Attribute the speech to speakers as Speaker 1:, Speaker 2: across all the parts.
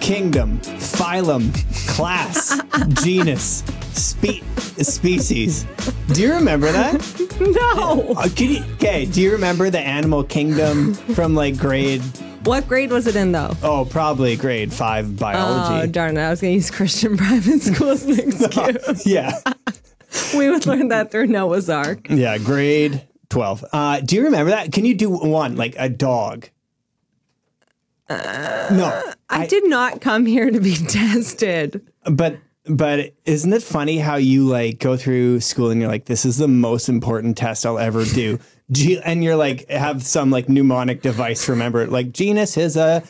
Speaker 1: kingdom, phylum, class, genus, spe- species. Do you remember that?
Speaker 2: No.
Speaker 1: Uh, can you, okay, do you remember the animal kingdom from like grade,
Speaker 2: What grade was it in though?
Speaker 1: oh, probably grade five
Speaker 2: Oh,
Speaker 1: biology?
Speaker 2: darn it. I was going to use Christian private school as an excuse.
Speaker 1: yeah.
Speaker 2: we would learn that through Noah's Ark.
Speaker 1: Yeah, grade 12. Uh, do you remember that? Can you do one, like a dog? no.
Speaker 2: I did not come here to be tested.
Speaker 1: But but isn't it funny how you like go through school and you're like, this is the most important test I'll ever do. G- and you're like have some like mnemonic device to remember it. Like genus is a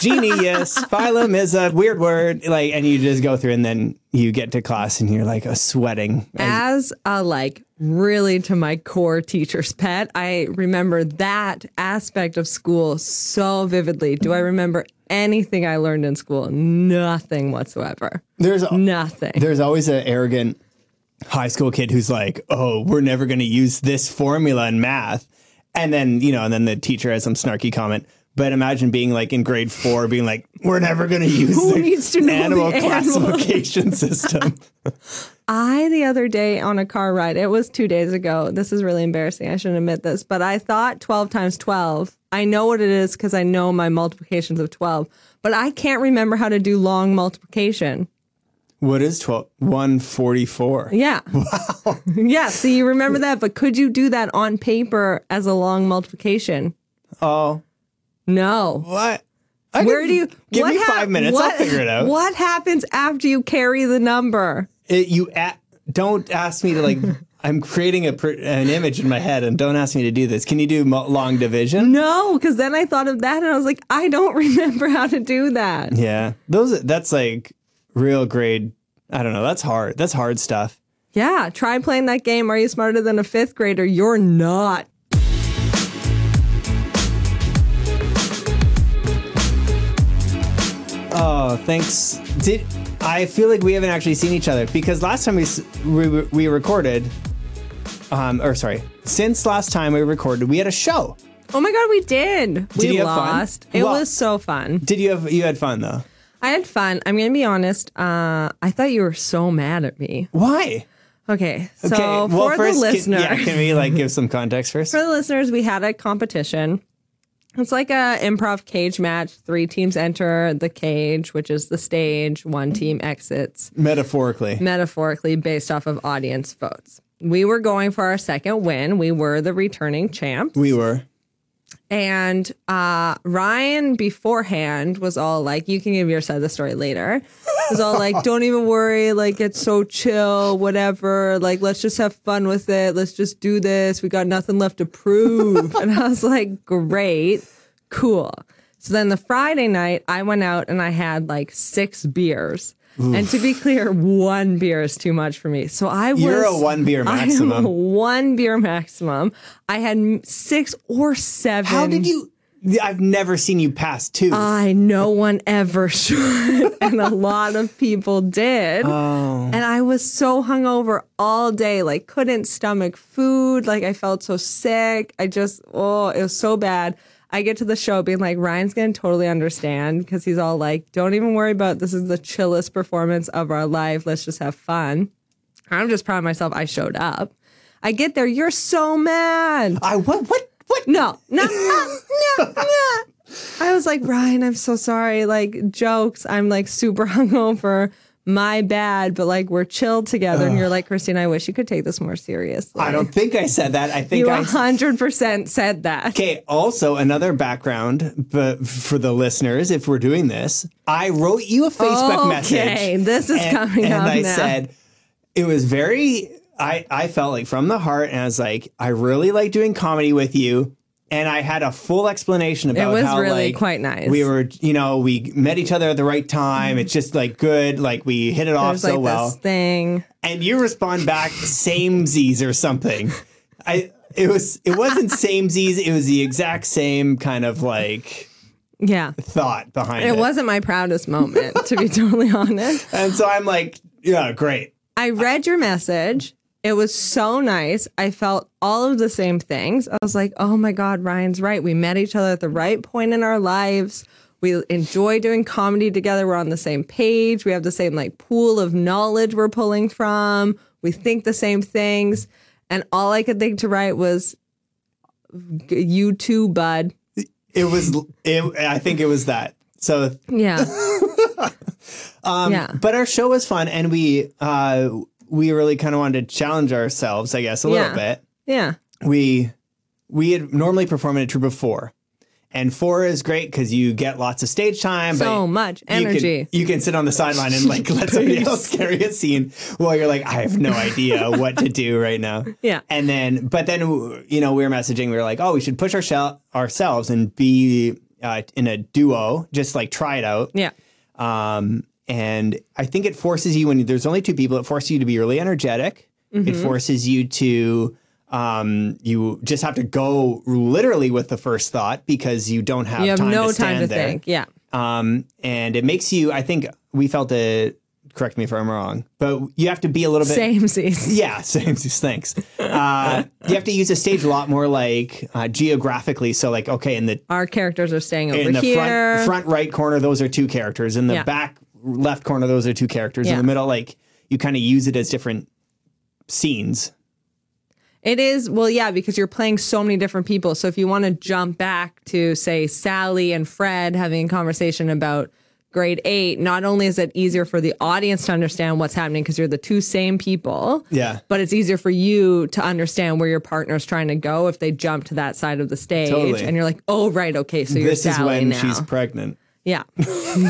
Speaker 1: genius, phylum is a weird word. Like and you just go through and then you get to class and you're like uh, sweating.
Speaker 2: As a like really to my core teacher's pet, I remember that aspect of school so vividly. Do I remember anything I learned in school? Nothing whatsoever.
Speaker 1: There's a,
Speaker 2: Nothing.
Speaker 1: there's always an arrogant high school kid who's like, "Oh, we're never going to use this formula in math," and then you know, and then the teacher has some snarky comment. But imagine being like in grade four, being like, "We're never going to use
Speaker 2: Who
Speaker 1: the
Speaker 2: needs to know
Speaker 1: animal
Speaker 2: the animal?"
Speaker 1: classification system."
Speaker 2: I, the other day on a car ride, it was two days ago. This is really embarrassing. I shouldn't admit this, but I thought 12 times 12. I know what it is because I know my multiplications of 12, but I can't remember how to do long multiplication.
Speaker 1: what is twelve? One forty-four.
Speaker 2: Yeah. Wow. yeah. So you remember that, but could you do that on paper as a long multiplication?
Speaker 1: Oh,
Speaker 2: No.
Speaker 1: what? I can-
Speaker 2: Where do you
Speaker 1: give
Speaker 2: what
Speaker 1: me
Speaker 2: hap-
Speaker 1: five minutes?
Speaker 2: what-
Speaker 1: I'll figure it out.
Speaker 2: What happens after you carry the number?
Speaker 1: It- you a- don't ask me to like. I'm creating a pr- an image in my head, and don't ask me to do this. Can you do mo- long division?
Speaker 2: No, because then I thought of that and I was like, I don't remember how to do that.
Speaker 1: Yeah. Those that's like real grade I don't know, that's hard. That's hard stuff.
Speaker 2: Yeah, try playing that game. Are you smarter than a fifth grader? You're not.
Speaker 1: Oh, thanks. Did I feel like we haven't actually seen each other because last time we s- we, we recorded um or sorry, since last time we recorded, we had a show.
Speaker 2: Oh my god, we did. We
Speaker 1: you have fun?
Speaker 2: lost. It
Speaker 1: Well-
Speaker 2: was so fun.
Speaker 1: Did you have you had fun though?
Speaker 2: I had fun. I'm gonna be honest. Uh, I thought you were so mad at me.
Speaker 1: Why?
Speaker 2: Okay, so
Speaker 1: well,
Speaker 2: for the
Speaker 1: first, can-
Speaker 2: listener,
Speaker 1: yeah, can we like give some context first?
Speaker 2: for the listeners, we had a competition. It's like a improv cage match. Three teams enter the cage, which is the stage. One team exits.
Speaker 1: Metaphorically.
Speaker 2: metaphorically based off of audience votes. We were going for our second win. We were the returning champ.
Speaker 1: We were.
Speaker 2: And uh, Ryan beforehand was all like, you can give your side of the story later. Was all like, don't even worry. Like, it's so chill, whatever. Like, let's just have fun with it. Let's just do this. We got nothing left to prove. and I was like, great, cool. So then the Friday night, I went out and I had like six beers. And to be clear, one beer is too much for me. So I was
Speaker 1: You're a one beer
Speaker 2: I am
Speaker 1: maximum.
Speaker 2: a one beer maximum. I had m- six or seven.
Speaker 1: How did you I've never seen you pass two.
Speaker 2: I no one ever should, and a lot of people did. And I was so hungover all day, like couldn't stomach food. Like I felt so sick. I just oh, it was so bad. I get to the show being like, Ryan's gonna totally understand because he's all like, don't even worry about it. this is the chillest performance of our life. Let's just have fun. I'm just proud of myself. I showed up. I get there. You're so mad.
Speaker 1: I what what what
Speaker 2: No, no, no, no, no. I was like, Ryan, I'm so sorry. Like, jokes. I'm like super hungover. My bad, but like, we're chilled together. And you're like, Christine, I wish you could take this more seriously.
Speaker 1: I don't think I said that. I think
Speaker 2: You
Speaker 1: I
Speaker 2: 100% said that.
Speaker 1: Okay, also another background but for the listeners, if we're doing this, I wrote you a Facebook message.
Speaker 2: Okay, this is coming
Speaker 1: and
Speaker 2: up
Speaker 1: I
Speaker 2: now.
Speaker 1: said it was very I, I felt like from the heart and I was like, I really like doing comedy with you. And I had a full explanation about
Speaker 2: was
Speaker 1: how
Speaker 2: really
Speaker 1: like,
Speaker 2: quite nice.
Speaker 1: We were, you know, we met each other at the right time. It's just like good, like we hit it off
Speaker 2: There's
Speaker 1: so
Speaker 2: like
Speaker 1: well
Speaker 2: this thing.
Speaker 1: and you respond back samesies or something. I it was it wasn't samesies, it was the exact same kind of like
Speaker 2: Yeah.
Speaker 1: thought behind it.
Speaker 2: It wasn't my proudest moment, to be totally honest.
Speaker 1: And so I'm like, yeah, great.
Speaker 2: I read your message. It was so nice. I felt all of the same things. I was like, oh my God, Ryan's right. We met each other at the right point in our lives. We enjoy doing comedy together. We're on the same page. We have the same like pool of knowledge we're pulling from. We think the same things. And all I could think to write was, you too, bud.
Speaker 1: It was. It, I think it was that. So
Speaker 2: Yeah.
Speaker 1: Um,
Speaker 2: Yeah.
Speaker 1: But our show was fun, and we uh, we really kind of wanted to challenge ourselves, I guess, a little
Speaker 2: Yeah.
Speaker 1: bit.
Speaker 2: Yeah.
Speaker 1: We we had normally performed in a troupe of four, and four is great because you get lots of stage time.
Speaker 2: So
Speaker 1: but
Speaker 2: much
Speaker 1: you can- You
Speaker 2: energy.
Speaker 1: can, sit on the sideline and like let somebody else carry a scene while you're like, I have no idea what to do right now.
Speaker 2: Yeah.
Speaker 1: And then, but then, you know, we were messaging. We were like, oh, we should push our ourselves and be uh, in a duo, just like try it out.
Speaker 2: Yeah.
Speaker 1: Um, and I think it forces you when there's only two people, it forces you to be really energetic.
Speaker 2: Mm-hmm.
Speaker 1: It forces you to um, you just have to go literally with the first thought because you don't have,
Speaker 2: You have
Speaker 1: time
Speaker 2: no
Speaker 1: to
Speaker 2: time
Speaker 1: stand
Speaker 2: to
Speaker 1: there.
Speaker 2: think. Yeah.
Speaker 1: Um, and it makes you. I think we felt it. Correct me if I'm wrong, but you have to be a little bit.
Speaker 2: Same season.
Speaker 1: Yeah, same. Thanks. Uh, you have to use the stage a lot more, like uh, geographically. So, like, okay, in the
Speaker 2: Our characters are staying over
Speaker 1: in the
Speaker 2: here.
Speaker 1: front front right corner those are two characters in the
Speaker 2: Yeah.
Speaker 1: back left corner those are two characters in
Speaker 2: Yeah.
Speaker 1: the middle like you kind of use it as different scenes
Speaker 2: It is, well, yeah, because you're playing so many different people. So if you want to jump back to, say, Sally and Fred having a conversation about grade eight, not only is it easier for the audience to understand what's happening because you're the two same people,
Speaker 1: Yeah.
Speaker 2: but it's easier for you to understand where your partner's trying to go if they jump to that side of the stage.
Speaker 1: Totally.
Speaker 2: And you're like, oh, right, okay, so you're
Speaker 1: this is
Speaker 2: Sally
Speaker 1: when
Speaker 2: now.
Speaker 1: she's pregnant
Speaker 2: yeah,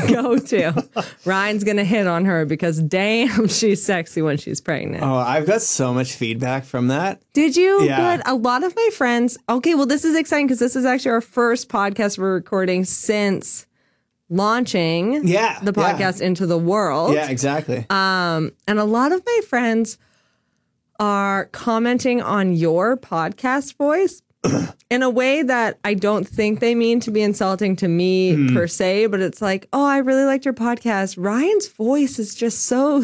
Speaker 2: go to. Ryan's going to hit on her because damn, she's sexy when she's pregnant.
Speaker 1: oh i've got so much feedback from that
Speaker 2: Did you?
Speaker 1: Yeah.
Speaker 2: Good. A lot of my friends. Okay, well, this is exciting because this is actually our first podcast we're recording since launching
Speaker 1: yeah
Speaker 2: the podcast Um, into the world.
Speaker 1: yeah, yeah exactly
Speaker 2: And a lot of my friends are commenting on your podcast voice in a way that I don't think they mean to be insulting to me per se, but it's like, oh, I really liked your podcast. Ryan's voice is just so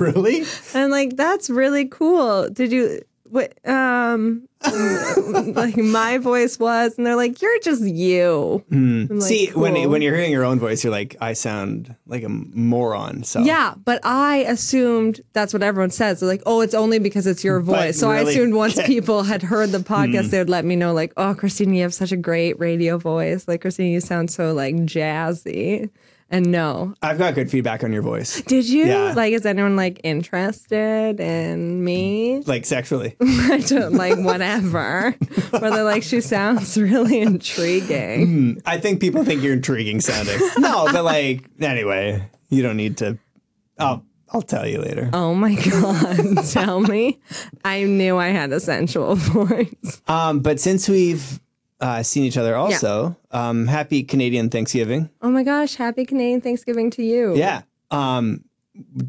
Speaker 1: really
Speaker 2: And like that's really cool. Did you what um like my voice was and they're like you're just you. I'm like,
Speaker 1: see when
Speaker 2: cool.
Speaker 1: when you're hearing your own voice you're like i sound like a moron so
Speaker 2: yeah, but I assumed that's what everyone says. They're like, oh, it's only because it's your voice. So I
Speaker 1: really- Hmm.
Speaker 2: assumed once people had heard the podcast, they would let me know, like, oh, Christine, you have such a great radio voice. Like, Christine, you sound so like jazzy. And no,
Speaker 1: i've got good feedback on your voice
Speaker 2: did you?
Speaker 1: Yeah.
Speaker 2: Like, is anyone like interested in me?
Speaker 1: like sexually
Speaker 2: I don't like whatever. Where they're like, she sounds really intriguing.
Speaker 1: I think people think you're intriguing sounding. no, but like anyway, you don't need to. I'll I'll tell you later.
Speaker 2: Oh my God. Tell me. I knew I had a sensual voice.
Speaker 1: Um, but since we've uh, seen each other, also, um, happy Canadian Thanksgiving.
Speaker 2: Oh my gosh. Happy Canadian Thanksgiving to you.
Speaker 1: Yeah. Um,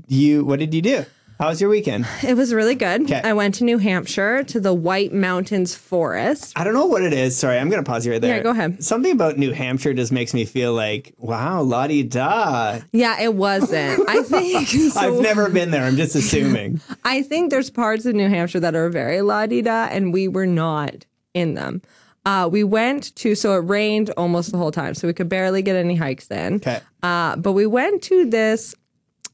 Speaker 1: you. What did you do? How was your weekend?
Speaker 2: It was really good.
Speaker 1: 'Kay.
Speaker 2: I went to New Hampshire to the White Mountains Forest.
Speaker 1: I don't know what it is. Sorry, I'm gonna pause you right there.
Speaker 2: Yeah, go ahead.
Speaker 1: Something about New Hampshire just makes me feel like, wow, la di da.
Speaker 2: Yeah, it wasn't. I think so
Speaker 1: I've never been there. I'm just assuming.
Speaker 2: I think there's parts of New Hampshire that are very la di da, and we were not in them. Uh, we went to, so it rained almost the whole time, so we could barely get any hikes in.
Speaker 1: Okay.
Speaker 2: Uh, but we went to this,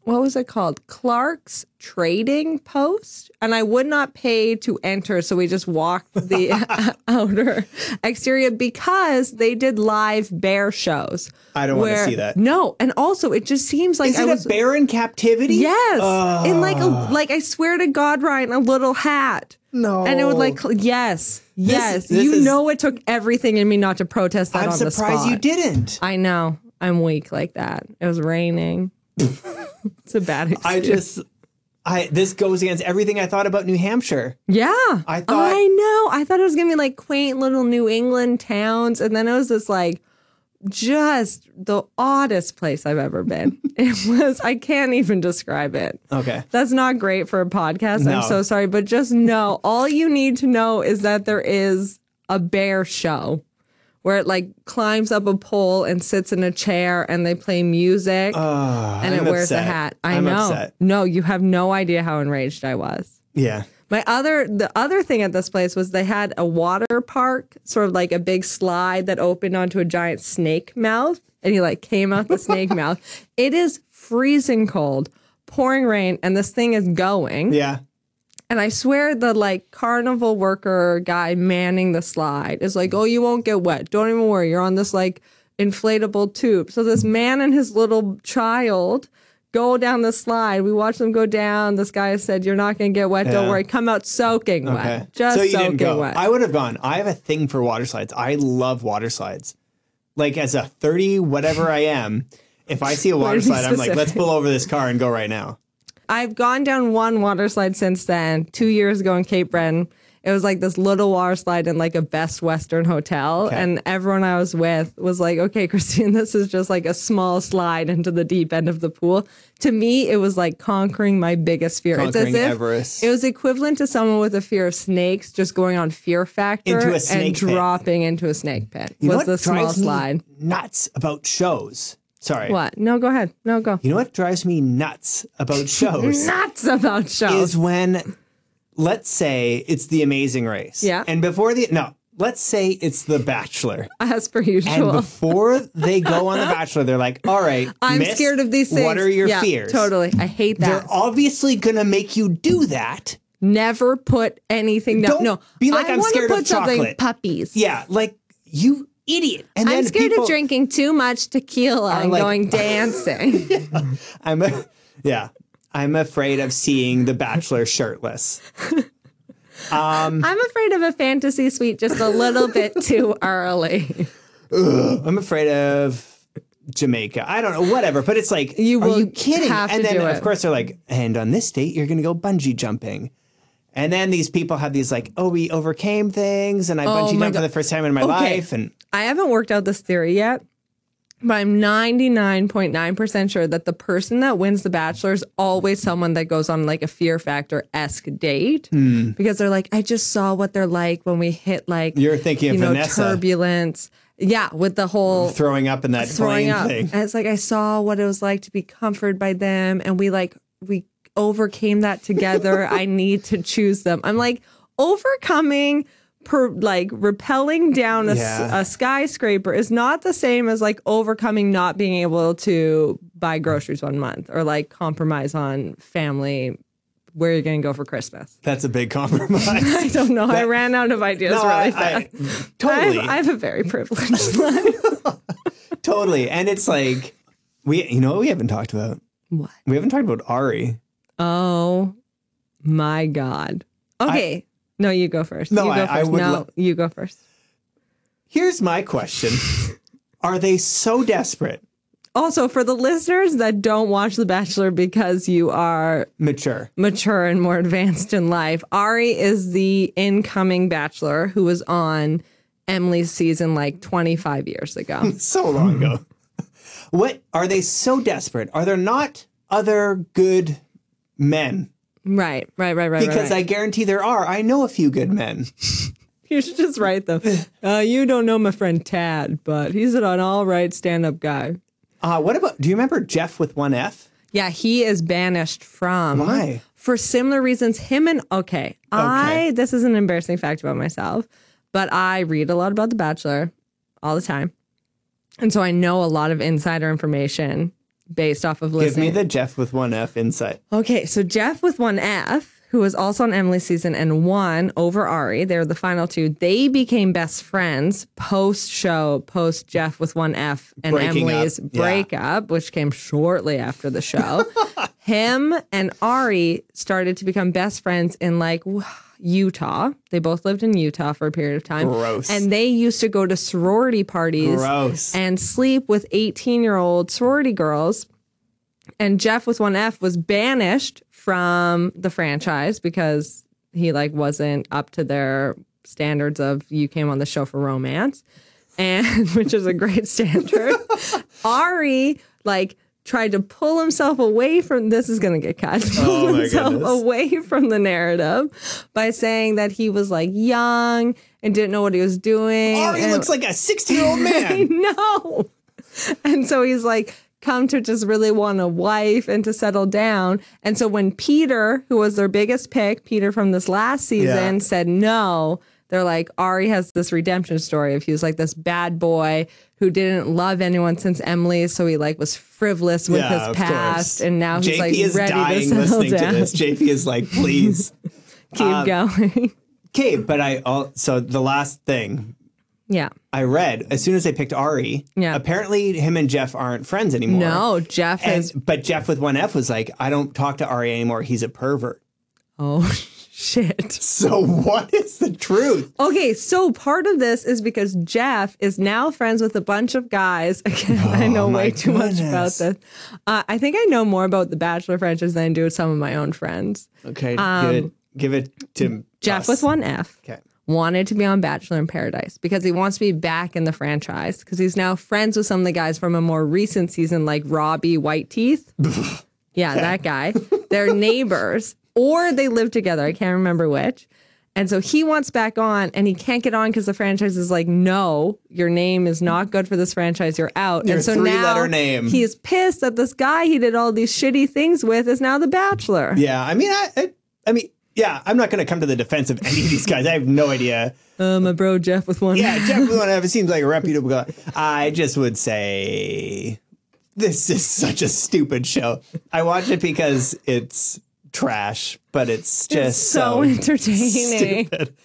Speaker 2: what was it called? Clark's Trading Post. And I would not pay to enter. So we just walked the outer exterior because they did live bear shows.
Speaker 1: I don't wanna
Speaker 2: where-
Speaker 1: see that.
Speaker 2: No. And also, it just seems like
Speaker 1: Is
Speaker 2: I
Speaker 1: it
Speaker 2: was.
Speaker 1: a bear in captivity?
Speaker 2: Yes,
Speaker 1: Oh,
Speaker 2: in like a like I swear to God, Ryan, a little hat.
Speaker 1: no.
Speaker 2: And it would like cl- yes, yes.
Speaker 1: this
Speaker 2: you
Speaker 1: is-
Speaker 2: know, it took everything in me not to protest that
Speaker 1: I'm
Speaker 2: on the
Speaker 1: surprised
Speaker 2: spot.
Speaker 1: you didn't.
Speaker 2: I know I'm weak like that. It was raining. it's a bad excuse.
Speaker 1: I just, I this goes against everything I thought about New Hampshire.
Speaker 2: yeah,
Speaker 1: I thought-
Speaker 2: I know. I thought it was gonna be like quaint little New England towns, and then it was this like just the oddest place I've ever been. it was. I can't even describe it.
Speaker 1: Okay.
Speaker 2: That's not great for a podcast.
Speaker 1: No.
Speaker 2: I'm so sorry, but just know all you need to know is that there is a bear show where it like climbs up a pole and sits in a chair and they play music
Speaker 1: Uh,
Speaker 2: and
Speaker 1: I'm
Speaker 2: it wears
Speaker 1: upset.
Speaker 2: a hat. I
Speaker 1: I'm
Speaker 2: know.
Speaker 1: upset.
Speaker 2: No, you have no idea how enraged I was.
Speaker 1: Yeah.
Speaker 2: My other the other thing at this place was they had a water park, sort of like a big slide that opened onto a giant snake mouth, and he like came out the snake mouth. It is freezing cold, pouring rain, and this thing is going.
Speaker 1: Yeah.
Speaker 2: And I swear the like carnival worker guy manning the slide is like, "Oh, you won't get wet. Don't even worry. You're on this like inflatable tube." So this man and his little child go down the slide. We watch them go down. This guy said, "You're not going to get wet. Don't
Speaker 1: Yeah.
Speaker 2: worry. Come out soaking
Speaker 1: Okay.
Speaker 2: wet. Just
Speaker 1: so you
Speaker 2: soaking
Speaker 1: didn't go.
Speaker 2: wet."
Speaker 1: I would have gone. I have a thing for water slides. I love water slides. Like as a 30 whatever I am, if I see a
Speaker 2: Why are
Speaker 1: water
Speaker 2: you
Speaker 1: slide, I'm like,
Speaker 2: specific?
Speaker 1: let's pull over this car and go right now.
Speaker 2: I've gone down one water slide since then. Two years ago in Cape Breton, it was like this little water slide in like a Best Western hotel,
Speaker 1: Okay.
Speaker 2: and everyone I was with was like, "Okay, Christine, this is just like a small slide into the deep end of the pool." To me, it was like conquering my biggest fear.
Speaker 1: Conquering
Speaker 2: it's as if
Speaker 1: Everest.
Speaker 2: it was equivalent to someone with a fear of snakes just going on Fear Factor
Speaker 1: Into a snake pit.
Speaker 2: and dropping into a snake pit.
Speaker 1: You know
Speaker 2: was
Speaker 1: what
Speaker 2: the small
Speaker 1: drives me
Speaker 2: slide?
Speaker 1: Nuts about shows. Sorry.
Speaker 2: What? No, go ahead. No, go.
Speaker 1: You know what drives me nuts about shows
Speaker 2: Nuts about shows.
Speaker 1: is when, let's say it's The Amazing Race.
Speaker 2: Yeah.
Speaker 1: And before the no, let's say it's The Bachelor.
Speaker 2: as per
Speaker 1: And
Speaker 2: usual.
Speaker 1: before they go on The Bachelor, they're like, "All right,
Speaker 2: I'm
Speaker 1: miss,
Speaker 2: scared of these things.
Speaker 1: What are your
Speaker 2: Yeah,
Speaker 1: fears?
Speaker 2: Totally. I hate that.
Speaker 1: They're obviously gonna make you do that.
Speaker 2: Never put anything down.
Speaker 1: Don't
Speaker 2: no.
Speaker 1: be like,
Speaker 2: I
Speaker 1: "I'm
Speaker 2: wanna
Speaker 1: scared of
Speaker 2: put something
Speaker 1: chocolate."
Speaker 2: puppies.
Speaker 1: Yeah, like you idiot. And
Speaker 2: I'm
Speaker 1: then
Speaker 2: scared
Speaker 1: people-
Speaker 2: of drinking too much tequila and
Speaker 1: like-
Speaker 2: going dancing.
Speaker 1: I'm a, yeah. I'm afraid of seeing The Bachelor shirtless.
Speaker 2: I'm afraid of a fantasy suite just a little bit too early.
Speaker 1: I'm afraid of Jamaica. I don't know, whatever. But it's like,
Speaker 2: You
Speaker 1: are
Speaker 2: will
Speaker 1: you kidding?
Speaker 2: have
Speaker 1: and
Speaker 2: to
Speaker 1: then
Speaker 2: do
Speaker 1: of
Speaker 2: it.
Speaker 1: course they're like, and on this date you're going to go bungee jumping. And then these people have these like, oh, we overcame things, and I bungee
Speaker 2: Oh
Speaker 1: jumped
Speaker 2: my
Speaker 1: for
Speaker 2: God.
Speaker 1: the first time in my life, and
Speaker 2: I haven't worked out this theory yet, but I'm 99.9% sure that the person that wins The Bachelor is always someone that goes on like a Fear Factor esque date
Speaker 1: Hmm.
Speaker 2: because they're like, I just saw what they're like when we hit like,
Speaker 1: You're thinking of
Speaker 2: you know,
Speaker 1: Vanessa.
Speaker 2: turbulence. Yeah, with the whole
Speaker 1: throwing up in that
Speaker 2: throwing
Speaker 1: plane
Speaker 2: up.
Speaker 1: thing.
Speaker 2: And it's like I saw what it was like to be comforted by them, and we like we overcame that together. I need to choose them. I'm like overcoming. Per, like repelling down a, s-
Speaker 1: Yeah.
Speaker 2: a skyscraper is not the same as like overcoming not being able to buy groceries one month or like compromise on family where you're going to go for Christmas.
Speaker 1: That's a big compromise.
Speaker 2: I don't know. I ran out of ideas
Speaker 1: No,
Speaker 2: really
Speaker 1: I- I-
Speaker 2: fast.
Speaker 1: totally,
Speaker 2: I, I have a very privileged life.
Speaker 1: totally. And it's like we, you know, what we haven't talked about.
Speaker 2: What?
Speaker 1: We haven't talked about Ari.
Speaker 2: Oh my God. Okay. no, you go first.
Speaker 1: No,
Speaker 2: you go
Speaker 1: I- I
Speaker 2: first.
Speaker 1: would
Speaker 2: no,
Speaker 1: lo-
Speaker 2: you go first.
Speaker 1: Here's my question: Are they so desperate?
Speaker 2: Also, for the listeners that don't watch The Bachelor because you are
Speaker 1: Mature.
Speaker 2: mature and more advanced in life, Ari is the incoming Bachelor who was on Emily's season like 25 years ago.
Speaker 1: so long ago. What are they so desperate? Are there not other good men?
Speaker 2: right, right, right, right.
Speaker 1: Because
Speaker 2: right, right.
Speaker 1: I guarantee there are. I know a few good men.
Speaker 2: you should just write them. Uh, you don't know my friend Tad, but he's an all right stand up guy.
Speaker 1: Uh, what about? Do you remember Jeff with one F?
Speaker 2: Yeah, he is banished from.
Speaker 1: Why?
Speaker 2: For similar reasons, him and okay, I this is an embarrassing fact about myself, but I read a lot about The Bachelor all the time, and so I know a lot of insider information based off of
Speaker 1: Give me
Speaker 2: listening.
Speaker 1: the Jeff with one F insight.
Speaker 2: okay, so Jeff with one F, who was also on Emily's season and won over Ari, they were the final two. They became best friends post show, post Jeff with one F and
Speaker 1: Breaking up,
Speaker 2: Emily's
Speaker 1: yeah.
Speaker 2: breakup breakup, which came shortly after the show, him and Ari started to become best friends in like Utah. They both lived in Utah for a period of time.
Speaker 1: Gross.
Speaker 2: And they used to go to sorority parties
Speaker 1: Gross.
Speaker 2: and sleep with 18 year old sorority girls. And Jeff with one F was banished from the franchise because he like wasn't up to their standards of you came on the show for romance and which is a great standard. Ari like tried to pull himself away from this is going to get cut.
Speaker 1: Oh,
Speaker 2: Pull
Speaker 1: my
Speaker 2: himself
Speaker 1: goodness.
Speaker 2: away from the narrative by saying that he was like young and didn't know what he was doing.
Speaker 1: Ari
Speaker 2: and-
Speaker 1: looks like a sixty-year-old man.
Speaker 2: no. And so he's like come to just really want a wife and to settle down. And so when Peter, who was their biggest pick, Peter from this last season,
Speaker 1: Yeah.
Speaker 2: said no, they're like, Ari has this redemption story of he was like this bad boy who didn't love anyone since Emily. So he like was frivolous with
Speaker 1: Yeah, of
Speaker 2: his
Speaker 1: course.
Speaker 2: past. And now he's
Speaker 1: JP
Speaker 2: like
Speaker 1: is
Speaker 2: ready
Speaker 1: dying
Speaker 2: to settle
Speaker 1: listening
Speaker 2: down.
Speaker 1: to this. Um, JP is like, please.
Speaker 2: Keep going.
Speaker 1: okay, but I al- so the last thing
Speaker 2: yeah.
Speaker 1: I read as soon as they picked Ari,
Speaker 2: Yeah.
Speaker 1: apparently him and Jeff aren't friends anymore.
Speaker 2: No, Jeff
Speaker 1: And,
Speaker 2: has.
Speaker 1: but Jeff with one F was like, I don't talk to Ari anymore. He's a pervert.
Speaker 2: Oh, shit.
Speaker 1: So what is the truth?
Speaker 2: Okay, so part of this is because Jeff is now friends with a bunch of guys. Again, I know
Speaker 1: Oh my
Speaker 2: way too much about
Speaker 1: goodness.
Speaker 2: this. Uh, I think I know more about the Bachelor friendships than I do with some of my own friends.
Speaker 1: Okay, give, it, give it to
Speaker 2: Jeff
Speaker 1: us.
Speaker 2: with one F
Speaker 1: Okay.
Speaker 2: wanted to be on Bachelor in Paradise because he wants to be back in the franchise because he's now friends with some of the guys from a more recent season, like Robbie Whiteteeth. yeah, that guy. They're neighbors or they live together. I can't remember which. And so he wants back on and he can't get on because the franchise is like, no, your name is not good for this franchise. You're out.
Speaker 1: Your
Speaker 2: and so
Speaker 1: three-letter
Speaker 2: now
Speaker 1: name.
Speaker 2: he is pissed that this guy he did all these shitty things with is now the Bachelor.
Speaker 1: Yeah, I mean, I, I, I mean, yeah, I'm not going to come to the defense of any of these guys. I have no idea.
Speaker 2: Uh, my bro Jeff with one.
Speaker 1: Yeah, Jeff Blue it seems like a reputable guy. I just would say this is such a stupid show. I watch it because it's trash, but it's just
Speaker 2: so entertaining.
Speaker 1: stupid.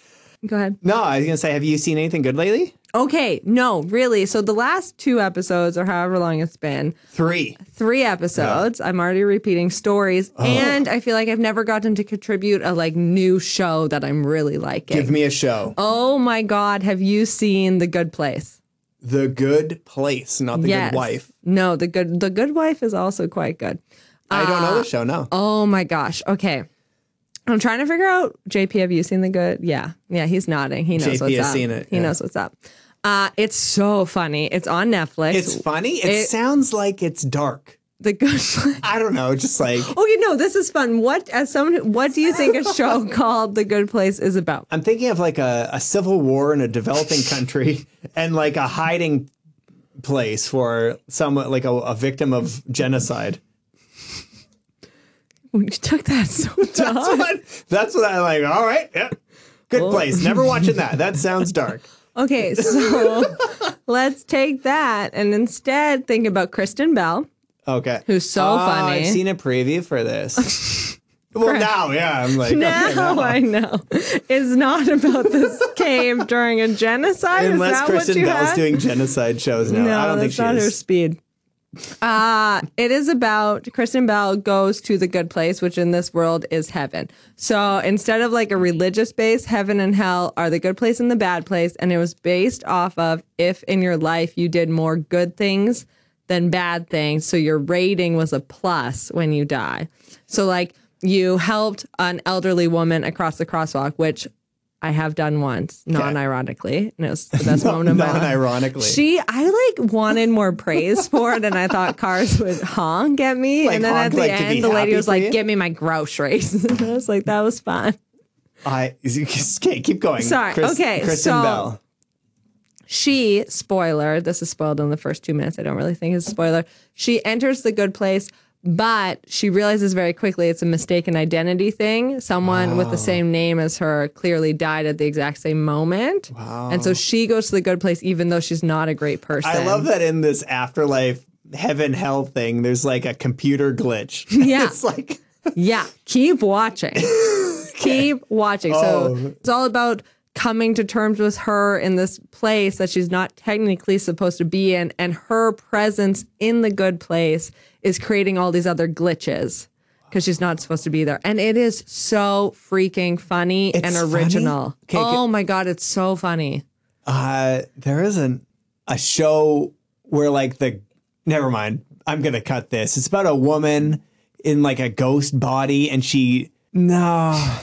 Speaker 2: Go ahead.
Speaker 1: No, I was going to say, have you seen anything good lately?
Speaker 2: Okay, no, really. So the last two episodes, or however long it's been,
Speaker 1: Three.
Speaker 2: three episodes. I'm already repeating stories,
Speaker 1: Oh.
Speaker 2: and I feel like I've never gotten to contribute a like new show that I'm really liking.
Speaker 1: Give me a show.
Speaker 2: oh my god, have you seen The Good Place?
Speaker 1: The Good Place, not The
Speaker 2: yes.
Speaker 1: Good Wife.
Speaker 2: No, the good the Good Wife is also quite good.
Speaker 1: I don't know the show, no.
Speaker 2: Oh my gosh. Okay. I'm trying to figure out JP, have you seen the good? Yeah. Yeah, he's nodding. He knows
Speaker 1: JP
Speaker 2: what's
Speaker 1: has
Speaker 2: up.
Speaker 1: seen it,
Speaker 2: He
Speaker 1: yeah.
Speaker 2: knows what's up. Uh, it's so funny. It's on Netflix.
Speaker 1: It's funny. It,
Speaker 2: Oh. it-
Speaker 1: sounds like it's dark.
Speaker 2: the good Place.
Speaker 1: I don't know, just like
Speaker 2: Okay, no, this is fun. What as someone who- what do you think a show called The Good Place is about?
Speaker 1: I'm thinking of like a, a civil war in a developing country and like a hiding place for someone like a, a victim of genocide.
Speaker 2: You took that so
Speaker 1: That's
Speaker 2: dumb.
Speaker 1: what that's what I like. All right. Yep.
Speaker 2: Oh.
Speaker 1: Good place. Never watching that. That sounds dark.
Speaker 2: Okay, so let's take that and instead think about Kristen Bell.
Speaker 1: Okay.
Speaker 2: Who's so
Speaker 1: Oh,
Speaker 2: funny.
Speaker 1: I've seen a preview for this. well, now, yeah. I'm like,
Speaker 2: Now
Speaker 1: okay, now.
Speaker 2: I know. It's not about this cave during a genocide. is
Speaker 1: Unless
Speaker 2: that what
Speaker 1: Kristen
Speaker 2: you
Speaker 1: Bell's
Speaker 2: had?
Speaker 1: doing genocide shows now.
Speaker 2: No,
Speaker 1: I don't think
Speaker 2: that's
Speaker 1: she
Speaker 2: not her
Speaker 1: is.
Speaker 2: speed. Uh, it is about Kristen Bell goes to the good place, which in this world is heaven. So instead of like a religious base, heaven and hell are the good place and the bad place. And it was based off of if in your life you did more good things than bad things. So your rating was a plus when you die. So, like, you helped an elderly woman across the crosswalk, which I have done once, non ironically. And it was the best moment of my life.
Speaker 1: Non-ironically.
Speaker 2: She, I like wanted more praise for it, and I thought cars would honk at me.
Speaker 1: Like,
Speaker 2: and then at
Speaker 1: honk,
Speaker 2: the
Speaker 1: like, to be
Speaker 2: end, the lady
Speaker 1: happy
Speaker 2: was
Speaker 1: for
Speaker 2: like,
Speaker 1: you?
Speaker 2: "Give me my groceries." and I was like, "That was fun."
Speaker 1: I okay, keep going.
Speaker 2: Sorry, okay,
Speaker 1: Kristen
Speaker 2: so-
Speaker 1: Bell.
Speaker 2: She, spoiler, this is spoiled in the first two minutes. I don't really think it's a spoiler. She enters the good place, but she realizes very quickly it's a mistaken identity thing. Someone with the same name as her clearly died at the exact same moment. And so she goes to the good place, even though she's not a great person.
Speaker 1: I love that in this afterlife heaven hell thing, there's like a computer glitch.
Speaker 2: Yeah.
Speaker 1: it's like
Speaker 2: Yeah, keep watching. Keep watching. So it's all about coming to terms with her in this place that she's not technically supposed to be in, and her presence in the good place is creating all these other glitches because she's not supposed to be there. And it is so freaking funny and
Speaker 1: funny?
Speaker 2: original.
Speaker 1: Okay,
Speaker 2: oh my god, it's so funny.
Speaker 1: uh there isn't a show where like the never mind. I'm gonna cut this. It's about a woman in like a ghost body and she No.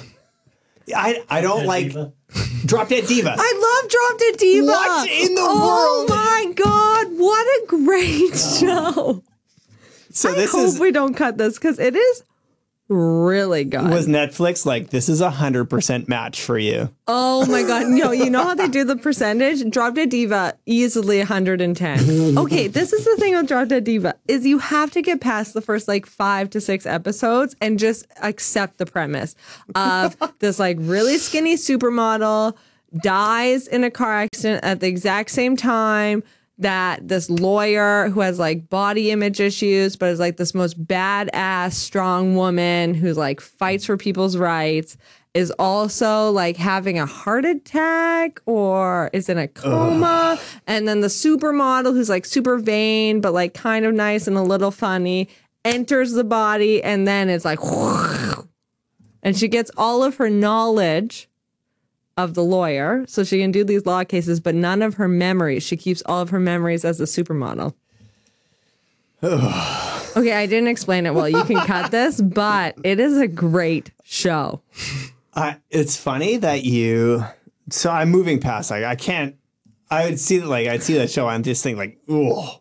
Speaker 1: I I don't like Drop Dead Diva.
Speaker 2: I love Drop Dead Diva.
Speaker 1: What in the
Speaker 2: oh
Speaker 1: world?
Speaker 2: my god, what a great show.
Speaker 1: so
Speaker 2: I
Speaker 1: this
Speaker 2: hope
Speaker 1: is
Speaker 2: we don't cut this because it is really good.
Speaker 1: Was Netflix like this is a hundred percent match for you?
Speaker 2: oh my god. No, you know how they do the percentage? Drop Dead Diva easily 110. okay, this is the thing with Drop Dead Diva is you have to get past the first like 5 to 6 episodes and just accept the premise of this like really skinny supermodel dies in a car accident at the exact same time that this lawyer who has like body image issues, but is like this most badass, strong woman who's like fights for people's rights, is also like having a heart attack or is in a coma. And then the supermodel who's like super vain, but like kind of nice and a little funny enters the body and then it's like, and she gets all of her knowledge of the lawyer, so she can do these law cases, but none of her memories. She keeps all of her memories as a supermodel. okay, I didn't explain it well. You can cut this, but it is a great show.
Speaker 1: I, it's funny that you. So I'm moving past. Like I can't. I would see like I'd see that show. I'm just thinking like, oh,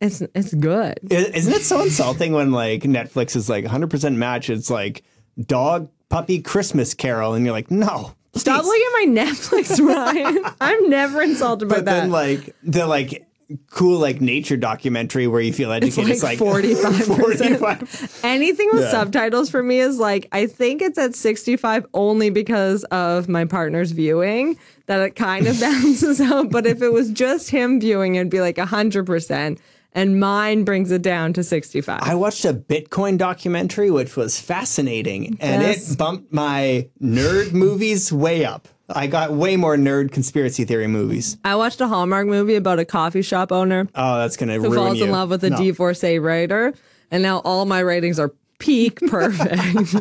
Speaker 2: It's it's good.
Speaker 1: isn't it so insulting when like Netflix is like 100 percent match? It's like dog puppy Christmas Carol, and you're like, no,
Speaker 2: Stop
Speaker 1: please.
Speaker 2: looking at my Netflix, Ryan. I'm never insulted by
Speaker 1: But
Speaker 2: that.
Speaker 1: then like the like cool like nature documentary where you feel
Speaker 2: it's
Speaker 1: educated.
Speaker 2: like
Speaker 1: It's like,
Speaker 2: 45
Speaker 1: 45.
Speaker 2: Anything with
Speaker 1: Yeah.
Speaker 2: subtitles for me is like I think it's at 65 only because of my partner's viewing that it kind of balances out. But if it was just him viewing, it'd be like 100%. And mine brings it down to 65.
Speaker 1: I watched a Bitcoin documentary, which was fascinating, and
Speaker 2: Yes.
Speaker 1: it bumped my nerd movies way up. I got way more nerd conspiracy theory movies.
Speaker 2: I watched a Hallmark movie about a coffee shop owner
Speaker 1: Oh, that's gonna
Speaker 2: who
Speaker 1: ruin
Speaker 2: falls
Speaker 1: you.
Speaker 2: in love with a
Speaker 1: No.
Speaker 2: divorcee writer. And now all my ratings are peak perfect.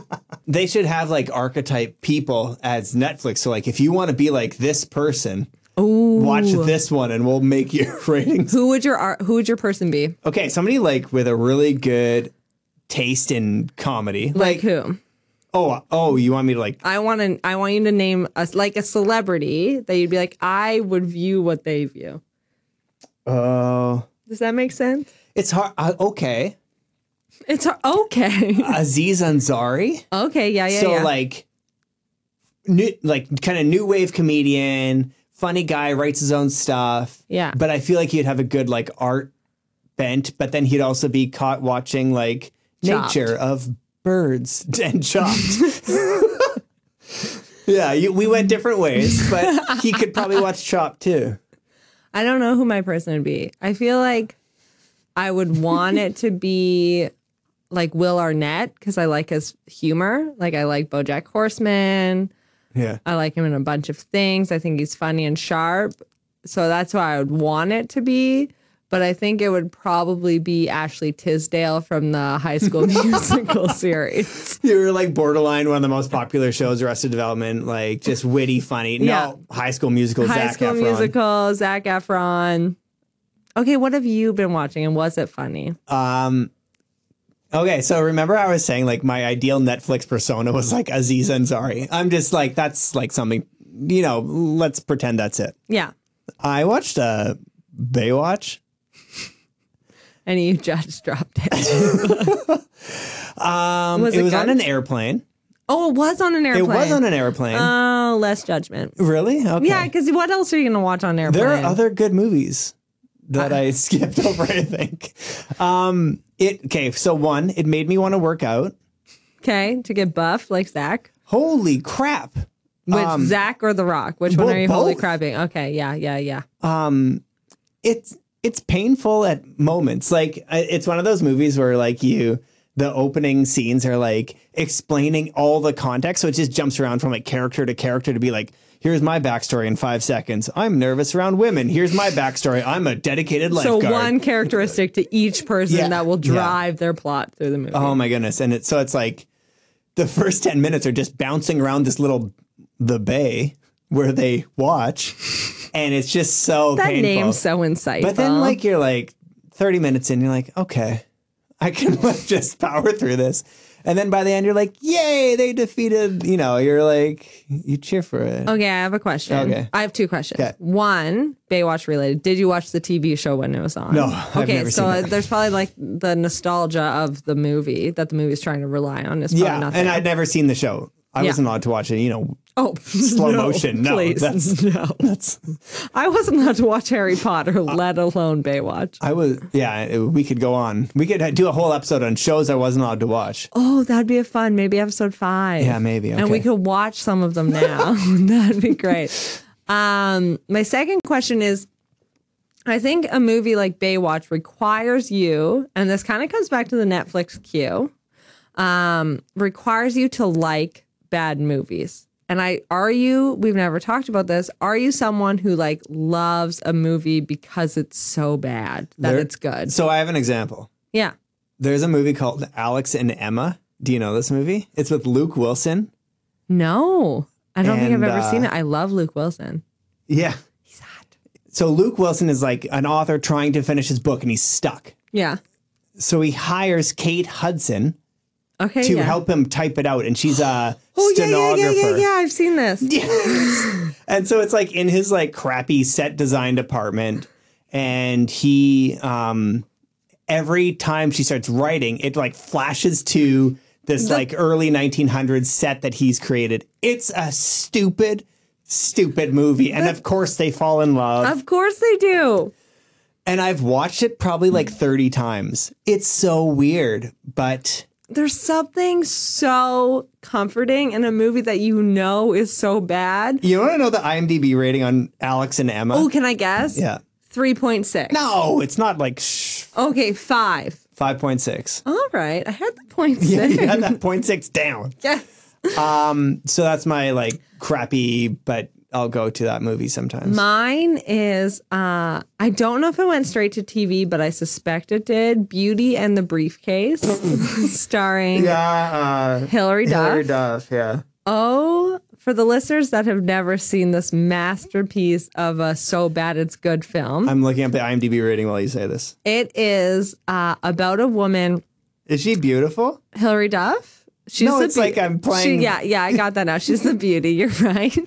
Speaker 1: They should have like archetype people as Netflix. So like, if you want to be like this person, watch this one, and we'll make your ratings.
Speaker 2: who would your ar- who would your person be?
Speaker 1: Okay, somebody like with a really good taste in comedy.
Speaker 2: Like who?
Speaker 1: oh, oh, you want me to like?
Speaker 2: I want to. I want you to name us like a celebrity that you'd be like, I would view what they view.
Speaker 1: Oh,
Speaker 2: Does that make sense?
Speaker 1: it's hard. Uh, okay,
Speaker 2: It's a- okay.
Speaker 1: Aziz Ansari.
Speaker 2: okay. Yeah. Yeah.
Speaker 1: so
Speaker 2: yeah.
Speaker 1: like new like kind of new wave comedian funny guy writes his own stuff
Speaker 2: Yeah.
Speaker 1: but i feel like he'd have a good like art bent but then he'd also be caught watching like
Speaker 2: Chopped.
Speaker 1: nature of birds and chopped yeah you, we went different ways but he could probably watch chopped too
Speaker 2: I don't know who my person would be. I feel like I would want it to be like Will Arnett because I like his humor. Like I like BoJack Horseman.
Speaker 1: yeah
Speaker 2: I like him in a bunch of things. I think he's funny and sharp. So that's why I would want it to be. But I think it would probably be Ashley Tisdale from the High School Musical series.
Speaker 1: you were like borderline one of the most popular shows arrested development like just witty funny
Speaker 2: Yeah.
Speaker 1: no high school musical
Speaker 2: High
Speaker 1: Zac
Speaker 2: School
Speaker 1: Efron.
Speaker 2: Musical, Zach Efron. Okay, what have you been watching and was it funny?
Speaker 1: Okay, so remember I was saying like my ideal Netflix persona was like Aziz Ansari. I'm just like that's like something, you know. Let's pretend that's it.
Speaker 2: Yeah.
Speaker 1: I watched uh, Baywatch.
Speaker 2: And you just dropped it.
Speaker 1: Um,
Speaker 2: Was
Speaker 1: it,
Speaker 2: it
Speaker 1: was on
Speaker 2: good?
Speaker 1: an airplane.
Speaker 2: oh, it was on an
Speaker 1: It
Speaker 2: airplane.
Speaker 1: was on an airplane.
Speaker 2: Oh, less judgment.
Speaker 1: really? Okay.
Speaker 2: Yeah, because what else are you going to watch on an airplane?
Speaker 1: there are other good movies that
Speaker 2: Uh-huh.
Speaker 1: I skipped over. I think. Um, it okay. So one, it made me want to work out.
Speaker 2: okay, to get buffed like Zach.
Speaker 1: Holy crap!
Speaker 2: Which Zach or The Rock? Which one
Speaker 1: well,
Speaker 2: are you holy
Speaker 1: Um, both.
Speaker 2: crapping? Okay, yeah, yeah, yeah.
Speaker 1: it's it's painful at moments. Like I- it's one of those movies where like you the opening scenes are like explaining all the context, so it just jumps around from like character to character to be like, here's my backstory in five seconds. I'm nervous around women. Here's my backstory. I'm a dedicated
Speaker 2: So
Speaker 1: lifeguard.
Speaker 2: one characteristic to each person
Speaker 1: Yeah,
Speaker 2: that will
Speaker 1: yeah.
Speaker 2: drive their plot through the movie.
Speaker 1: Oh my goodness! And it's so it's like the first ten minutes are just bouncing around this little the bay where they watch, and it's just so
Speaker 2: that
Speaker 1: painful.
Speaker 2: name's so insightful.
Speaker 1: But then, like, you're like 30 minutes in, you're like, okay, I can like, just power through this. And then by the end, you're like, yay, they defeated, you know, you're like, you cheer for it.
Speaker 2: Okay, I have a question.
Speaker 1: Okay.
Speaker 2: I have two questions.
Speaker 1: Okay.
Speaker 2: One, Baywatch related. Did you watch the TV show when it was on?
Speaker 1: No, I've
Speaker 2: okay,
Speaker 1: never
Speaker 2: so
Speaker 1: seen that.
Speaker 2: there's probably like the nostalgia of the movie that the movie's trying to rely on. Is probably
Speaker 1: yeah.
Speaker 2: not
Speaker 1: and
Speaker 2: there.
Speaker 1: I'd never seen the show. I
Speaker 2: Yeah.
Speaker 1: wasn't allowed to watch it, you know.
Speaker 2: oh
Speaker 1: Slow motion. No,
Speaker 2: please.
Speaker 1: that's-
Speaker 2: no.
Speaker 1: That's
Speaker 2: I wasn't allowed to watch Harry Potter,
Speaker 1: Uh,
Speaker 2: let alone Baywatch.
Speaker 1: I was yeah. it- We could go on. We could uh, do a whole episode on shows I wasn't allowed to watch.
Speaker 2: Oh, that'd be a fun. Maybe episode five.
Speaker 1: Yeah, maybe. Okay.
Speaker 2: And we could watch some of them now. That'd be great. Um, my second question is I think a movie like Baywatch requires you, and this kind of comes back to the Netflix queue, um, requires you to like bad movies. And I are you, we've never talked about this, are you someone who like loves a movie because it's so bad that
Speaker 1: There-
Speaker 2: it's good?
Speaker 1: So I have an example.
Speaker 2: Yeah.
Speaker 1: There's a movie called Alex and Emma. Do you know this movie? It's with Luke Wilson.
Speaker 2: No. I don't think I've
Speaker 1: And,
Speaker 2: ever
Speaker 1: uh,
Speaker 2: seen it. I love Luke Wilson.
Speaker 1: Yeah.
Speaker 2: He's hot.
Speaker 1: So Luke Wilson is like an author trying to finish his book and he's stuck.
Speaker 2: Yeah.
Speaker 1: So he hires Kate Hudson
Speaker 2: Okay.
Speaker 1: to
Speaker 2: yeah.
Speaker 1: help him type it out and she's a
Speaker 2: Oh yeah, yeah,
Speaker 1: stenographer.
Speaker 2: yeah, yeah, yeah. I've seen this.
Speaker 1: Yes. and so it's like in his like crappy set design department, and he um every time she starts writing, it like flashes to this like early 1900s set that he's created. It's a stupid, stupid movie, and of course they fall in love.
Speaker 2: Of course they do.
Speaker 1: and I've watched it probably like 30 times. It's so weird, but
Speaker 2: There's something so comforting in a movie that you know is so bad.
Speaker 1: you want to know the IMDb rating on Alex and Emma?
Speaker 2: Oh, can I guess?
Speaker 1: Yeah.
Speaker 2: 3.6.
Speaker 1: No, it's not like shh,
Speaker 2: Okay, 5.
Speaker 1: 5.6.
Speaker 2: All right. I had the point
Speaker 1: Yeah,
Speaker 2: six.
Speaker 1: you had that point six down.
Speaker 2: Yes.
Speaker 1: Um, so that's my like crappy, but I'll go to that movie sometimes.
Speaker 2: Mine is uh I don't know if it went straight to TV, but I suspect it did. Beauty and the Briefcase starring
Speaker 1: yeah, uh,
Speaker 2: Hillary Duff.
Speaker 1: Duff. Yeah,
Speaker 2: Oh, for the listeners that have never seen this masterpiece of a so bad it's good film,
Speaker 1: I'm looking up the IMDb rating while you say this.
Speaker 2: it is uh, about a woman,
Speaker 1: Is she beautiful?
Speaker 2: Hilary Duff. She's
Speaker 1: No,
Speaker 2: the
Speaker 1: it's like I'm playing-
Speaker 2: She, yeah, yeah, I got that now. She's the beauty. You're right.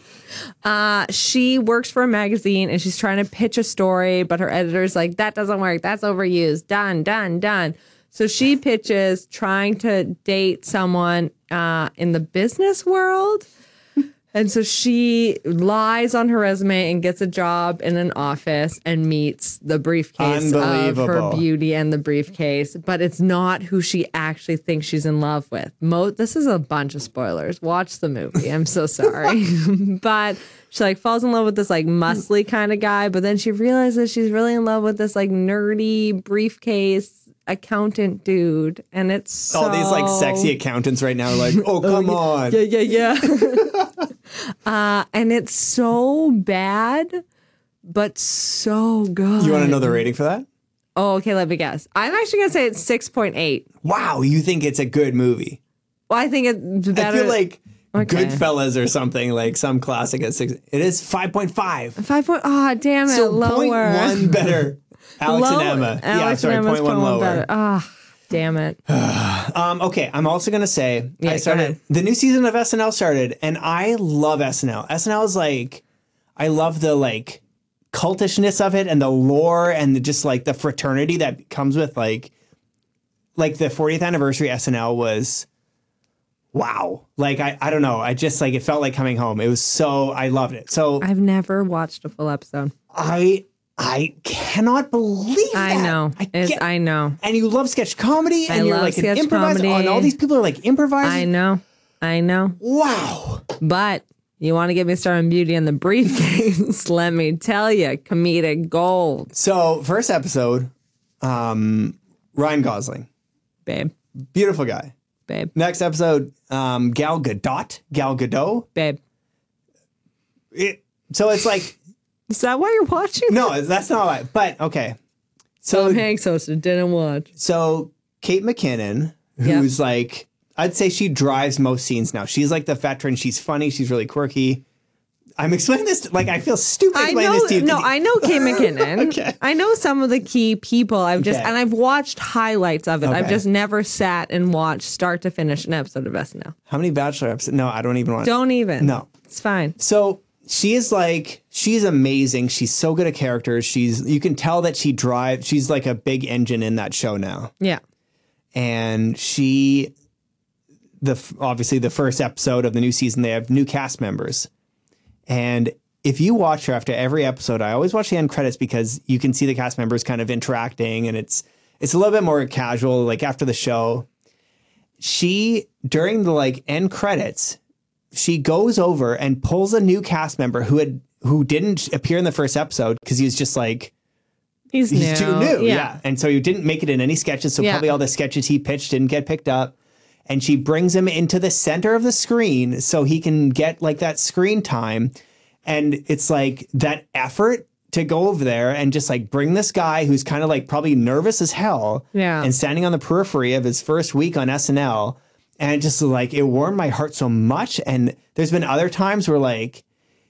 Speaker 2: Uh, she works for a magazine and she's trying to pitch a story, but her editor's like, "That doesn't work. That's overused. Done, done, done." So she pitches trying to date someone uh, in the business world. And so she lies on her resume and gets a job in an office and meets the briefcase of her
Speaker 1: Unbelievable.
Speaker 2: beauty and the briefcase, but it's not who she actually thinks she's in love with. Mo- this is a bunch of spoilers. Watch the movie. I'm so sorry. but she like falls in love with this like muscly kind of guy, but then she realizes she's really in love with this like nerdy briefcase accountant dude. And it's so
Speaker 1: All these like sexy accountants right now are like, oh come on.
Speaker 2: Oh. yeah, yeah, yeah. uh, and it's so bad, but so good.
Speaker 1: You want to know the rating for that?
Speaker 2: Oh, okay. Let me guess. I'm actually gonna say it's six point eight.
Speaker 1: Wow, you think it's a good movie?
Speaker 2: Well, I think it's
Speaker 1: I
Speaker 2: better.
Speaker 1: feel like
Speaker 2: Okay.
Speaker 1: Goodfellas or something like some classic at six. It is five point five.
Speaker 2: five point. Ah, damn it,
Speaker 1: So
Speaker 2: lower.
Speaker 1: point one better. Alex
Speaker 2: Low-
Speaker 1: and Emma. yeah,
Speaker 2: Alex
Speaker 1: sorry,
Speaker 2: and
Speaker 1: point
Speaker 2: Emma's
Speaker 1: one lower.
Speaker 2: better. Ah, damn it.
Speaker 1: Um, okay, I'm also gonna say
Speaker 2: Yeah,
Speaker 1: I
Speaker 2: go
Speaker 1: started
Speaker 2: ahead.
Speaker 1: the new season of SNL started, and I love SNL. SNL is like, I love the like cultishness of it and the lore and the, just like the fraternity that comes with like, like the 40th anniversary SNL was, wow. Like I, I don't know, I just like it felt like coming home. It was so I loved it. So
Speaker 2: I've never watched a full episode.
Speaker 1: I, I cannot believe.
Speaker 2: I
Speaker 1: that.
Speaker 2: know.
Speaker 1: I
Speaker 2: It's-
Speaker 1: can't-
Speaker 2: I know.
Speaker 1: and you love sketch comedy and
Speaker 2: I
Speaker 1: you're
Speaker 2: love
Speaker 1: like an
Speaker 2: sketch
Speaker 1: improviser
Speaker 2: comedy.
Speaker 1: and all these people are like
Speaker 2: I
Speaker 1: improvisers.
Speaker 2: know. I know.
Speaker 1: wow.
Speaker 2: But you want to get me started on Beauty and the Briefcase? Let me tell you, comedic gold,
Speaker 1: So first episode, um, Ryan Gosling,
Speaker 2: babe,
Speaker 1: beautiful guy.
Speaker 2: babe,
Speaker 1: Next episode, um, Gal Gadot, Gal Gadot.
Speaker 2: babe.
Speaker 1: It, so it's like
Speaker 2: Is that why you're watching?
Speaker 1: no, that's not why. But okay, so
Speaker 2: Tom Hanks hosted. Didn't watch.
Speaker 1: so Kate McKinnon,
Speaker 2: Yeah.
Speaker 1: who's like, I'd say she drives most scenes now. She's like the veteran. She's funny. She's really quirky. I'm explaining this. To, like I feel stupid.
Speaker 2: I
Speaker 1: explaining
Speaker 2: know,
Speaker 1: this to you.
Speaker 2: no,
Speaker 1: Did you-
Speaker 2: I know Kay McKinnon.
Speaker 1: Okay.
Speaker 2: I know some of the key people. I've just
Speaker 1: Okay.
Speaker 2: and I've watched highlights of it. I've
Speaker 1: Okay.
Speaker 2: just never sat and watched start to finish an episode of SNL.
Speaker 1: How many Bachelor episodes? No, I don't even want. to.
Speaker 2: Don't even.
Speaker 1: No.
Speaker 2: it's fine.
Speaker 1: So she is like she's amazing. She's so good at characters. She's you can tell that she drives. She's like a big engine in that show now.
Speaker 2: Yeah,
Speaker 1: and she the f- obviously the first episode of the new season they have new cast members and if you watch her after every episode i always watch the end credits because you can see the cast members kind of interacting and it's it's a little bit more casual like after the show she during the like end credits she goes over and pulls a new cast member who had who didn't appear in the first episode because he was just like
Speaker 2: he's,
Speaker 1: he's
Speaker 2: new.
Speaker 1: too new. Yeah. And so he didn't make it in any sketches. So
Speaker 2: Yeah.
Speaker 1: probably all the sketches he pitched didn't get picked up. And she brings him into the center of the screen so he can get like that screen time. And it's like that effort to go over there and just like bring this guy who's kind of like probably nervous as hell
Speaker 2: Yeah.
Speaker 1: and standing on the periphery of his first week on SNL. And it just like it warmed my heart so much. And there's been other times where like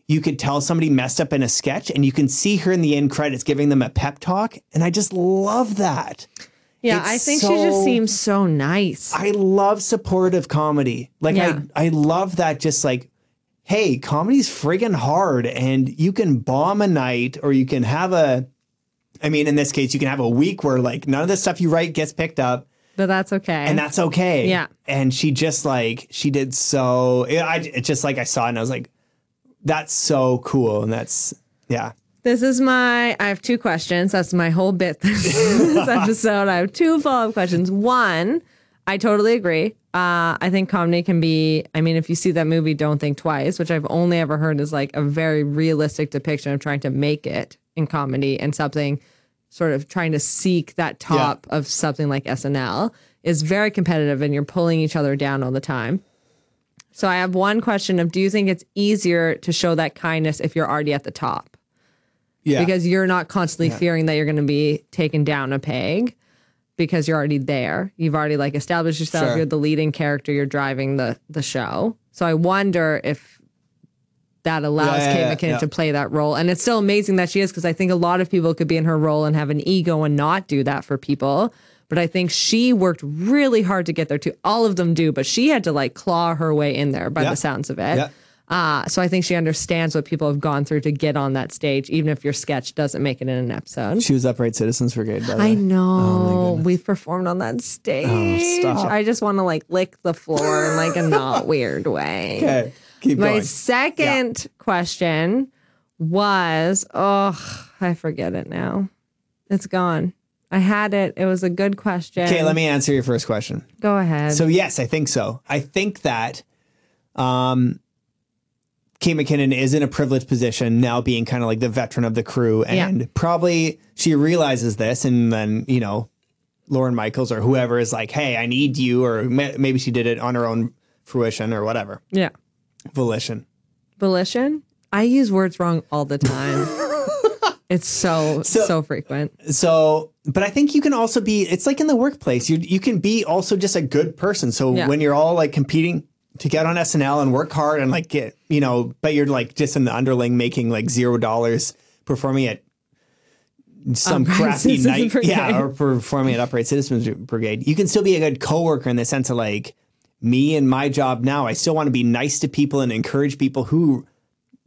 Speaker 1: you could tell somebody messed up in a sketch and you can see her in the end credits giving them a pep talk. And I just love that.
Speaker 2: Yeah,
Speaker 1: It's
Speaker 2: I think she
Speaker 1: so-
Speaker 2: just seems so nice.
Speaker 1: I love supportive comedy. Like
Speaker 2: Yeah.
Speaker 1: I I love that just like hey, comedy's friggin' hard and you can bomb a night or you can have a I mean in this case you can have a week where like none of the stuff you write gets picked up
Speaker 2: but that's okay.
Speaker 1: and that's okay.
Speaker 2: Yeah.
Speaker 1: And she just like she did so it, I it just like I saw it and I was like that's so cool and that's yeah.
Speaker 2: This is my. I have two questions. That's my whole bit this episode. I have two follow up questions. One, I totally agree. Uh, I think comedy can be. I mean, if you see that movie, don't think twice, which I've only ever heard is like a very realistic depiction of trying to make it in comedy and something sort of trying to seek that top of something like SNL is very competitive and you're pulling each other down all the time. So I have one question of do you think it's easier to show that kindness if you're already at the top?
Speaker 1: Yeah.
Speaker 2: because you're not constantly fearing that you're going to be taken down a peg because you're already there. You've already like established yourself.
Speaker 1: Sure.
Speaker 2: You're the leading character. You're driving the the show. So I wonder if that allows
Speaker 1: Yeah, yeah, yeah,
Speaker 2: Kate McKinnon
Speaker 1: yeah.
Speaker 2: to play that role. And it's still amazing that she is because I think a lot of people could be in her role and have an ego and not do that for people. But I think she worked really hard to get there too. All of them do, but she had to like claw her way in there by
Speaker 1: Yeah.
Speaker 2: the sounds of it.
Speaker 1: Yeah.
Speaker 2: Uh, so I think she understands what people have gone through to get on that stage, even if your sketch doesn't make it in an episode.
Speaker 1: She was upright citizens brigade by the
Speaker 2: I
Speaker 1: way. Oh,
Speaker 2: know we've performed on that stage.
Speaker 1: stop.
Speaker 2: I just want to like lick the floor in like a not weird way.
Speaker 1: Okay. Keep
Speaker 2: My
Speaker 1: going.
Speaker 2: second question was, oh, I forget it now. It's gone. I had it. It was a good question.
Speaker 1: Okay, let me answer your first question.
Speaker 2: go ahead.
Speaker 1: So yes, I think so. I think that um Kate McKinnon is in a privileged position now being kind of like the veteran of the crew and probably she realizes this and then, you know, Lauren Michaels or whoever is like, "Hey, I need you," or ma- maybe she did it on her own fruition or whatever,
Speaker 2: yeah.
Speaker 1: volition.
Speaker 2: Volition. I use words wrong all the time. it's so, so frequent.
Speaker 1: So, but I think you can also be it's like in the workplace, you you can be also just a good person. So
Speaker 2: Yeah.
Speaker 1: when you're all like competing to get on SNL and work hard and like get, you know, but you're like just in the underling making like zero dollars performing at some
Speaker 2: Upright
Speaker 1: crappy
Speaker 2: Citizens
Speaker 1: night.
Speaker 2: Brigade.
Speaker 1: Yeah, or performing at Upright Citizens Brigade. You can still be a good coworker in the sense of like me and my job now, I still want to be nice to people and encourage people who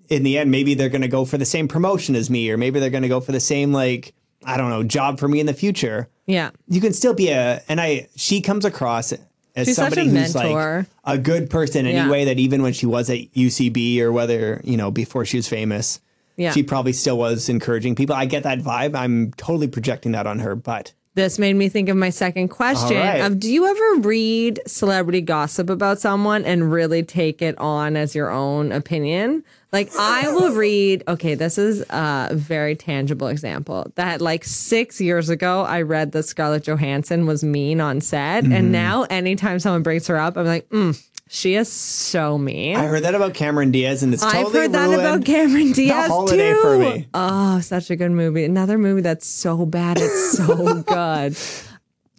Speaker 1: in the end, maybe they're going to go for the same promotion as me, or maybe they're going to go for the same, like, I don't know, job for me in the future.
Speaker 2: Yeah.
Speaker 1: You can still be a, and I, she comes across as
Speaker 2: She's such a
Speaker 1: somebody who's like
Speaker 2: mentor.
Speaker 1: a good person
Speaker 2: Yeah.
Speaker 1: anyway, that even when she was at UCB or whether, you know, before she was famous,
Speaker 2: Yeah.
Speaker 1: she probably still was encouraging people. I get that vibe. I'm totally projecting that on her, but
Speaker 2: This made me think of my second question
Speaker 1: All right.
Speaker 2: of do you ever read celebrity gossip about someone and really take it on as your own opinion? Like I will read, okay, this is a very tangible example. That like 6 years ago I read that Scarlett Johansson was mean on set
Speaker 1: Mm-hmm.
Speaker 2: and now anytime someone brings her up I'm like, "Mm, she is so mean."
Speaker 1: I heard that about Cameron Diaz and it's totally
Speaker 2: I've heard that
Speaker 1: ruined
Speaker 2: about Cameron Diaz
Speaker 1: holiday
Speaker 2: too.
Speaker 1: for me.
Speaker 2: Oh, such a good movie. Another movie that's so bad it's so good.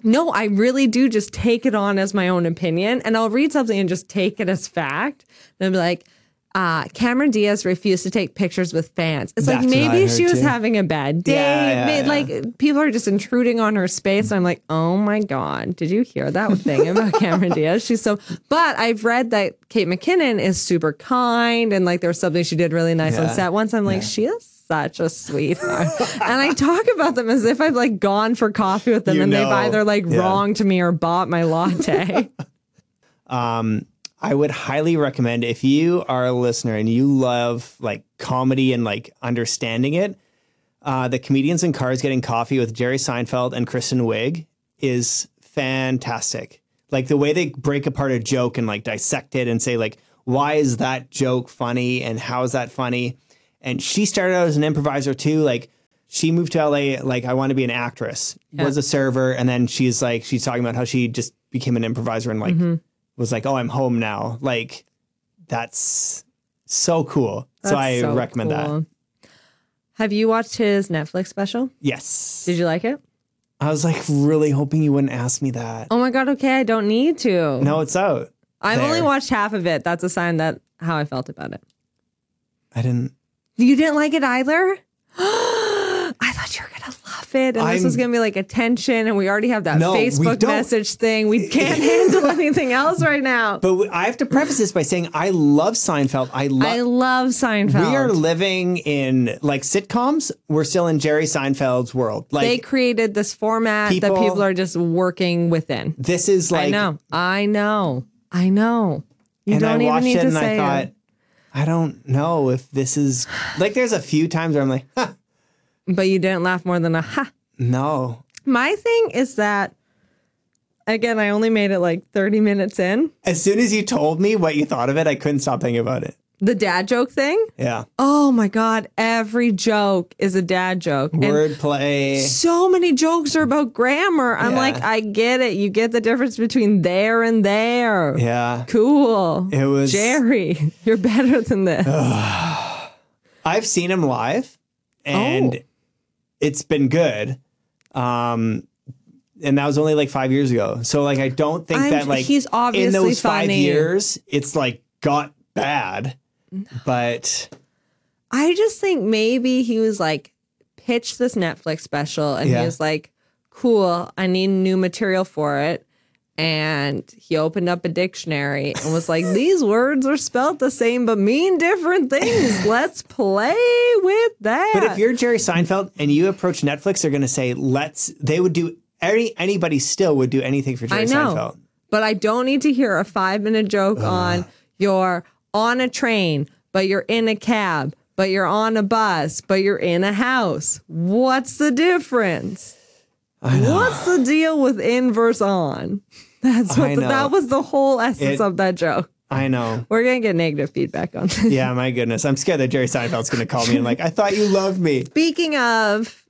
Speaker 2: No, I really do just take it on as my own opinion, and I'll read something and just take it as fact. And I'll be like, uh, Cameron Diaz refused to take pictures with fans. It's
Speaker 1: That's
Speaker 2: like
Speaker 1: what I
Speaker 2: maybe she
Speaker 1: heard,
Speaker 2: was
Speaker 1: too.
Speaker 2: having a bad day.
Speaker 1: Yeah, yeah,
Speaker 2: May- Like people are just intruding on her space. I'm like, oh my god, did you hear that thing about Cameron Diaz? She's so. But I've read that Kate McKinnon is super kind and like there was something she did really nice on
Speaker 1: Yeah.
Speaker 2: set. Once I'm like, she is. Such a sweetheart, and I talk about them as if I've like gone for coffee with them,
Speaker 1: You
Speaker 2: and they've
Speaker 1: know,
Speaker 2: either like
Speaker 1: yeah.
Speaker 2: wronged me or bought my latte.
Speaker 1: I would highly recommend if you are a listener and you love like comedy and like understanding it, uh, the comedians in cars getting coffee with Jerry Seinfeld and Kristen Wiig is fantastic. Like the way they break apart a joke and like dissect it and say like, why is that joke funny and how is that funny? And she started out as an improviser too. Like she moved to LA. Like I want to be an actress. Was a server and then she's like she's talking about how she just became an improviser and like was like, oh, I'm home now. Like that's so cool. so I recommend that.
Speaker 2: Have you watched his Netflix special?
Speaker 1: Yes.
Speaker 2: Did you like it?
Speaker 1: I was like really hoping you wouldn't ask me that.
Speaker 2: Oh my god, okay, I don't need to.
Speaker 1: No, it's out.
Speaker 2: I've only
Speaker 1: there.
Speaker 2: watched half of it. That's a sign that how I felt about it.
Speaker 1: I didn't.
Speaker 2: You didn't like it either? I thought you were gonna love it. And this was
Speaker 1: I'm-
Speaker 2: gonna be like attention, and we already have that
Speaker 1: No, we
Speaker 2: Facebook
Speaker 1: don't.
Speaker 2: message thing. We can't handle anything else right now.
Speaker 1: But w- I have to preface this by saying I love Seinfeld. I
Speaker 2: I
Speaker 1: love.
Speaker 2: love Seinfeld.
Speaker 1: we are living in like sitcoms. We're still in Jerry Seinfeld's world. Like
Speaker 2: they created this format that
Speaker 1: People-
Speaker 2: people are just working within.
Speaker 1: this is like.
Speaker 2: I know. I know. I know. You
Speaker 1: And
Speaker 2: don't
Speaker 1: I
Speaker 2: even
Speaker 1: watched
Speaker 2: need
Speaker 1: it
Speaker 2: to
Speaker 1: and
Speaker 2: say
Speaker 1: I thought,
Speaker 2: it.
Speaker 1: I don't know if this is like. There's a few times where I'm like, huh,
Speaker 2: But you didn't laugh more than a ha.
Speaker 1: no,
Speaker 2: My thing is that, again, I only made it like 30 minutes in.
Speaker 1: As soon as you told me what you thought of it, I couldn't stop thinking about it.
Speaker 2: The dad joke thing.
Speaker 1: Yeah.
Speaker 2: Oh my God. Every joke is a dad joke. And
Speaker 1: Wordplay.
Speaker 2: so many jokes are about grammar. I'm
Speaker 1: Yeah.
Speaker 2: like, I get it. You get the difference between there and there.
Speaker 1: Yeah.
Speaker 2: Cool.
Speaker 1: It was-
Speaker 2: Jerry, you're better than this.
Speaker 1: I've seen him live and
Speaker 2: Oh.
Speaker 1: it's been good. Um and that was only like 5 years ago. So like I don't think
Speaker 2: I'm-
Speaker 1: that like
Speaker 2: he's obviously
Speaker 1: in those 5
Speaker 2: funny.
Speaker 1: years it's like got bad. But
Speaker 2: I just think maybe he was like pitched this Netflix special and
Speaker 1: Yeah.
Speaker 2: he was like, cool, I need new material for it. And he opened up a dictionary and was like, these words are spelled the same but mean different things. Let's play with that.
Speaker 1: but if you're Jerry Seinfeld and you approach Netflix they're going to say let's they would do any anybody still would do anything for Jerry
Speaker 2: I know.
Speaker 1: Seinfeld. Uh-huh.
Speaker 2: But I don't need to hear a five minute joke on you're on a train, but you're in a cab, but you're on a bus, but you're in a house. What's the difference? What's the deal with in versus on? That's
Speaker 1: I
Speaker 2: what the,
Speaker 1: know.
Speaker 2: that was the whole
Speaker 1: It-
Speaker 2: essence of that joke.
Speaker 1: I know.
Speaker 2: We're gonna get negative feedback on this.
Speaker 1: Yeah, my goodness. I'm scared that Jerry Seinfeld's going to call me and like, I thought you loved me.
Speaker 2: Speaking of,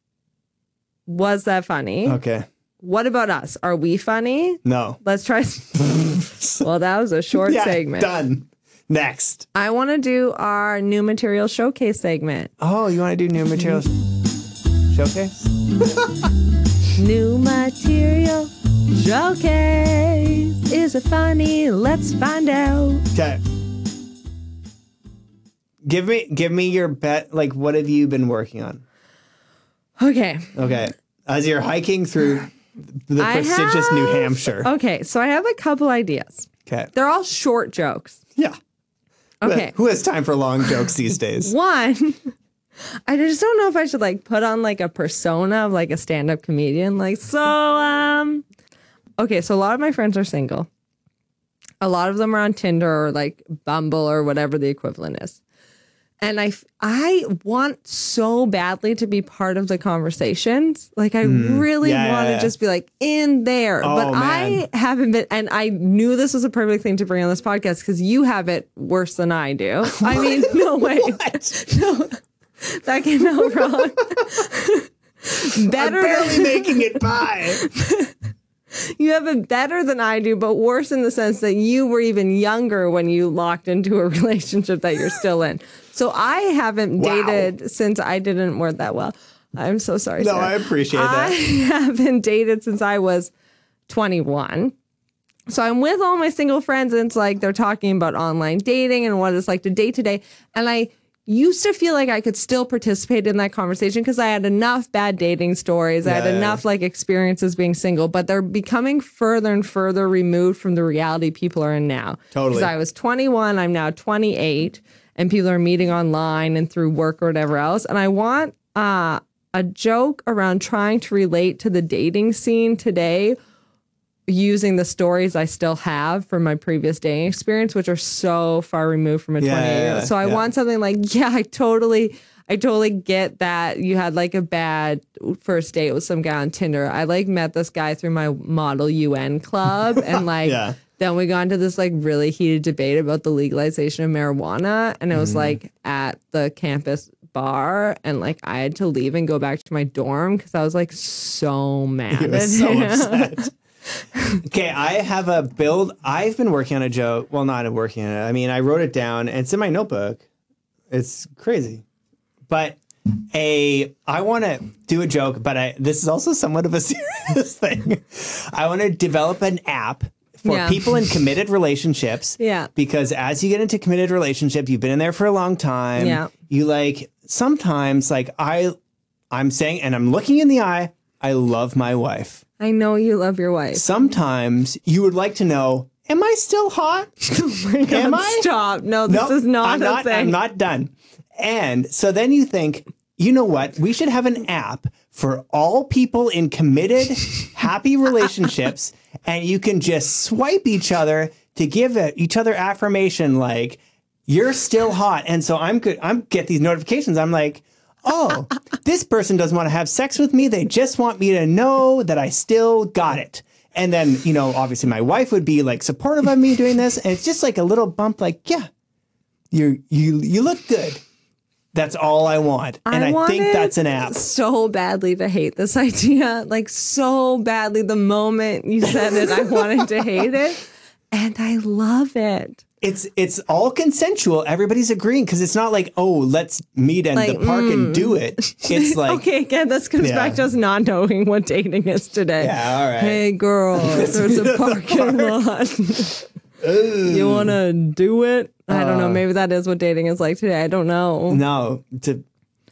Speaker 2: was that funny?
Speaker 1: Okay.
Speaker 2: What about us? Are we funny?
Speaker 1: No.
Speaker 2: Let's try. well, that was a short
Speaker 1: Yeah,
Speaker 2: segment.
Speaker 1: done. Next.
Speaker 2: I want to do our new material showcase segment.
Speaker 1: Oh, you want to do new materials showcase?
Speaker 2: New material showcase. Is it funny? Let's find out.
Speaker 1: Okay. Give me give me your bet. Like, what have you been working on?
Speaker 2: Okay.
Speaker 1: Okay. As you're hiking through the
Speaker 2: I
Speaker 1: prestigious New
Speaker 2: have-
Speaker 1: Hampshire.
Speaker 2: Okay. So I have a couple ideas.
Speaker 1: Okay.
Speaker 2: They're all short jokes.
Speaker 1: Yeah.
Speaker 2: Okay.
Speaker 1: Who has time for long jokes these days?
Speaker 2: One, I just don't know if I should like put on like a persona of like a stand up comedian. Like, so, um, okay. So a lot of my friends are single. A lot of them are on Tinder or like Bumble or whatever the equivalent is. and I f- I want so badly to be part of the conversations. Like I really
Speaker 1: Hmm. Yeah,
Speaker 2: want to
Speaker 1: yeah, yeah.
Speaker 2: just be like in there. but
Speaker 1: Oh, man.
Speaker 2: I haven't been and I knew this was a perfect thing to bring on this podcast cuz you have it worse than I do. I mean, no way. No. That came out wrong.
Speaker 1: I'm
Speaker 2: better
Speaker 1: barely
Speaker 2: than,
Speaker 1: making it by.
Speaker 2: you have it better than I do, but worse in the sense that you were even younger when you locked into a relationship that you're still in. So I haven't
Speaker 1: Wow.
Speaker 2: dated since I didn't word that well. I'm so sorry.
Speaker 1: No,
Speaker 2: Sarah.
Speaker 1: I appreciate that.
Speaker 2: I haven't dated since I was 21. So I'm with all my single friends, and it's like they're talking about online dating and what it's like to date today. And I used to feel like I could still participate in that conversation because I had enough bad dating stories, I had
Speaker 1: Yeah.
Speaker 2: enough like experiences being single, but they're becoming further and further removed from the reality people are in now.
Speaker 1: Totally.
Speaker 2: Because I was 21, I'm now 28, and people are meeting online and through work or whatever else. And I want uh, a joke around trying to relate to the dating scene today using the stories I still have from my previous dating experience, which are so far removed from a 28
Speaker 1: Yeah,
Speaker 2: year
Speaker 1: yeah,
Speaker 2: old. So I
Speaker 1: yeah.
Speaker 2: want something like, yeah, I totally, I totally get that you had like a bad first date with some guy on Tinder. I like met this guy through my model UN club and like,
Speaker 1: Yeah.
Speaker 2: then we got into this like really heated debate about the legalization of marijuana. And it
Speaker 1: Mm-hmm.
Speaker 2: was like at the campus bar and like I had to leave and go back to my dorm because I was like so mad.
Speaker 1: He was
Speaker 2: at
Speaker 1: so
Speaker 2: him.
Speaker 1: upset. okay, I have a build. I've been working on a joke. Well, not working on it. I mean, I wrote it down and it's in my notebook. It's crazy. But a I want to do a joke, but I this is also somewhat of a serious thing. I want to develop an app for
Speaker 2: Yeah.
Speaker 1: people in committed relationships.
Speaker 2: Yeah.
Speaker 1: Because as you get into committed relationship, you've been in there for a long time.
Speaker 2: Yeah.
Speaker 1: You like sometimes like I I'm saying and I'm looking in the eye, I love my wife
Speaker 2: I know you love your wife.
Speaker 1: sometimes you would like to know, am I still hot? Am I?
Speaker 2: Stop. No, this
Speaker 1: Nope,
Speaker 2: is not
Speaker 1: I'm
Speaker 2: a
Speaker 1: not,
Speaker 2: thing.
Speaker 1: I'm not done. And so then you think, you know what? We should have an app for all people in committed, happy relationships, and you can just swipe each other to give it- each other affirmation, like you're still hot. And so I'm good. I'm get these notifications. I'm like. Oh, this person doesn't want to have sex with me. They just want me to know that I still got it. And then, you know, obviously my wife would be like supportive of me doing this. And it's just like a little bump, like, yeah, you you you look good. That's all I want, and I, think
Speaker 2: wanted
Speaker 1: that's an app.
Speaker 2: So badly to hate this idea, like so badly. The moment you said it, I wanted to hate it, and I love it.
Speaker 1: It's it's all consensual. Everybody's agreeing because it's not like oh let's meet in
Speaker 2: Like, mm.
Speaker 1: the park and do it. It's like
Speaker 2: okay, again, this comes
Speaker 1: Yeah.
Speaker 2: back to us not knowing what dating is today.
Speaker 1: yeah, all right.
Speaker 2: Hey girl, there's a parking lot. you wanna do it? I don't
Speaker 1: Uh.
Speaker 2: know. Maybe that is what dating is like today. I don't know.
Speaker 1: No, to,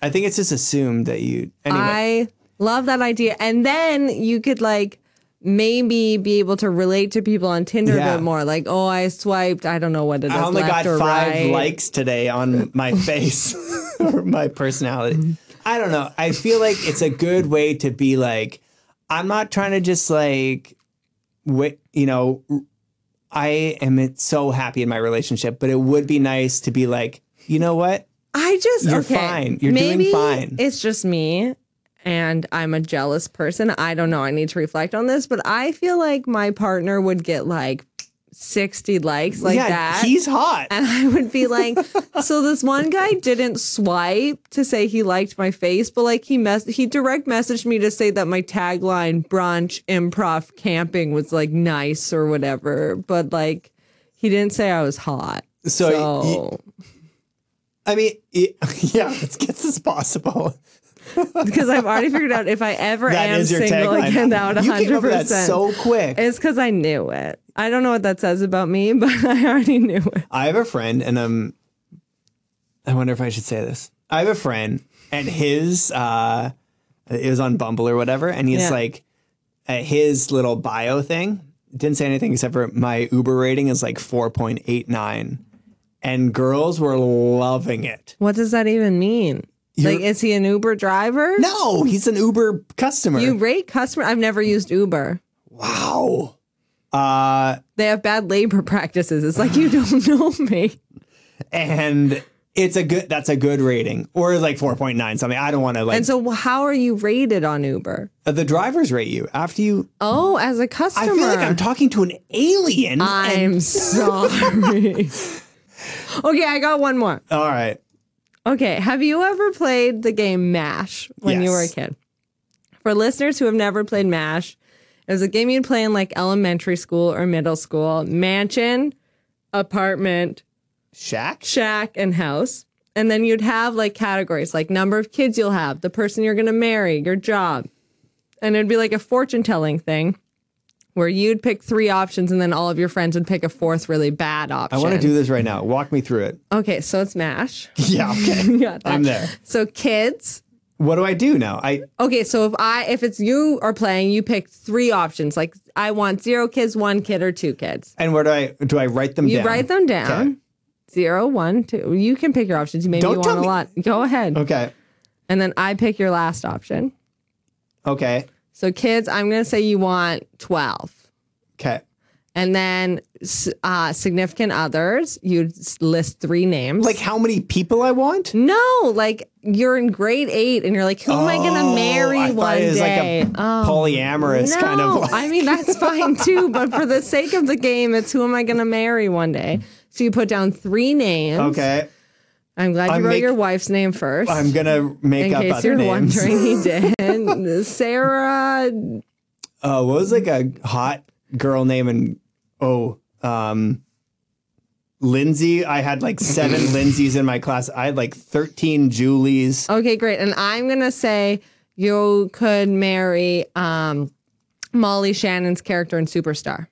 Speaker 1: I think it's just assumed that you anyway.
Speaker 2: I love that idea. And then you could like maybe be able to relate to people on Tinder
Speaker 1: Yeah.
Speaker 2: a bit more. Like, oh, I swiped. I don't know what it is.
Speaker 1: I only
Speaker 2: left
Speaker 1: got
Speaker 2: or
Speaker 1: five
Speaker 2: right.
Speaker 1: likes today on my face or my personality. I don't know. I feel like it's a good way to be like, I'm not trying to just like, wait, you know, I am so happy in my relationship, but it would be nice to be like, you know what?
Speaker 2: I just
Speaker 1: You're
Speaker 2: okay,
Speaker 1: fine. You're doing
Speaker 2: maybe
Speaker 1: fine.
Speaker 2: It's just me. And I'm a jealous person. I don't know. I need to reflect on this, but I feel like my partner would get like 60 likes like
Speaker 1: yeah,
Speaker 2: that.
Speaker 1: he's hot.
Speaker 2: And I would be like, so this one guy didn't swipe to say he liked my face, but like he mess he direct messaged me to say that my tagline brunch improv camping was like nice or whatever, but like he didn't say I was hot.
Speaker 1: So
Speaker 2: So,
Speaker 1: I mean, it- yeah, let's get this possible.
Speaker 2: because I've already figured out if I ever
Speaker 1: That
Speaker 2: am
Speaker 1: is your
Speaker 2: single
Speaker 1: tagline.
Speaker 2: again, that would
Speaker 1: you came up
Speaker 2: hundred
Speaker 1: with that
Speaker 2: percent.
Speaker 1: so quick.
Speaker 2: It's because I knew it. I don't know what that says about me, but I already knew it.
Speaker 1: I have a friend, and um, I wonder if I should say this. I have a friend, and his uh, it was on Bumble or whatever, and he's
Speaker 2: Yeah.
Speaker 1: like, at his little bio thing didn't say anything except for my Uber rating is like four point eight nine, and girls were loving it.
Speaker 2: What does that even mean?
Speaker 1: You're-
Speaker 2: like, is he an Uber driver?
Speaker 1: No, he's an Uber customer.
Speaker 2: You rate customer. I've never used Uber.
Speaker 1: wow. Uh,
Speaker 2: They have bad labor practices. It's like you don't know me.
Speaker 1: and it's a good. That's a good rating, or like four point nine something. I don't want to like
Speaker 2: And so, how are you rated on Uber?
Speaker 1: the drivers rate you after you
Speaker 2: Oh, as a
Speaker 1: I
Speaker 2: customer,
Speaker 1: feel like I'm talking to an alien. and-
Speaker 2: I'm sorry. okay, I got one more.
Speaker 1: all right.
Speaker 2: Okay, have you ever played the game Mash when you were a
Speaker 1: Yes.
Speaker 2: kid? For listeners who have never played Mash, it was a game you'd play in like elementary school or middle school, mansion, apartment,
Speaker 1: Shaq?
Speaker 2: shack and house and then you'd have like categories like number of kids you'll have the person you're going to marry your job and it'd be like a fortune telling thing where you'd pick three options and then all of your friends would pick a fourth really bad
Speaker 1: I
Speaker 2: option.
Speaker 1: want to do this right now. Walk me through it.
Speaker 2: Okay, so it's MASH.
Speaker 1: Yeah. Okay.
Speaker 2: Got that.
Speaker 1: I'm there.
Speaker 2: So kids.
Speaker 1: What do I do now? I
Speaker 2: Okay, so if I if it's you are playing, you pick three options. Like I want zero kids, one kid, or two kids.
Speaker 1: and where do I do I write them
Speaker 2: You
Speaker 1: down?
Speaker 2: write them down.
Speaker 1: Okay.
Speaker 2: Zero, one, two. You can pick your options. Maybe
Speaker 1: Don't
Speaker 2: you
Speaker 1: tell
Speaker 2: want a
Speaker 1: me-
Speaker 2: lot. Go ahead.
Speaker 1: Okay.
Speaker 2: And then I pick your last option.
Speaker 1: Okay.
Speaker 2: So kids, I'm gonna say you want twelve.
Speaker 1: Okay.
Speaker 2: And then s- uh, significant others, you list three names.
Speaker 1: Like how many people I want?
Speaker 2: no, like you're in grade eight, and you're like, who am I gonna
Speaker 1: Oh,
Speaker 2: marry
Speaker 1: I thought
Speaker 2: one
Speaker 1: it was like a
Speaker 2: day? Oh,
Speaker 1: Polyamorous
Speaker 2: no,
Speaker 1: kind of. Like,
Speaker 2: I mean that's fine too, but for the sake of the game, it's who am I gonna marry one day? So you put down three names.
Speaker 1: okay.
Speaker 2: I'm glad you
Speaker 1: I'm
Speaker 2: wrote
Speaker 1: make-
Speaker 2: your wife's name first.
Speaker 1: I'm gonna make
Speaker 2: in
Speaker 1: up
Speaker 2: case
Speaker 1: other
Speaker 2: you're
Speaker 1: names.
Speaker 2: wondering, he did. Sarah
Speaker 1: Uh, what was like a hot girl name and oh, um, Lindsay. I had like seven Lindsays in my class. I had like thirteen Julies.
Speaker 2: Okay, great. And I'm gonna say you could marry um, Molly Shannon's character in Superstar,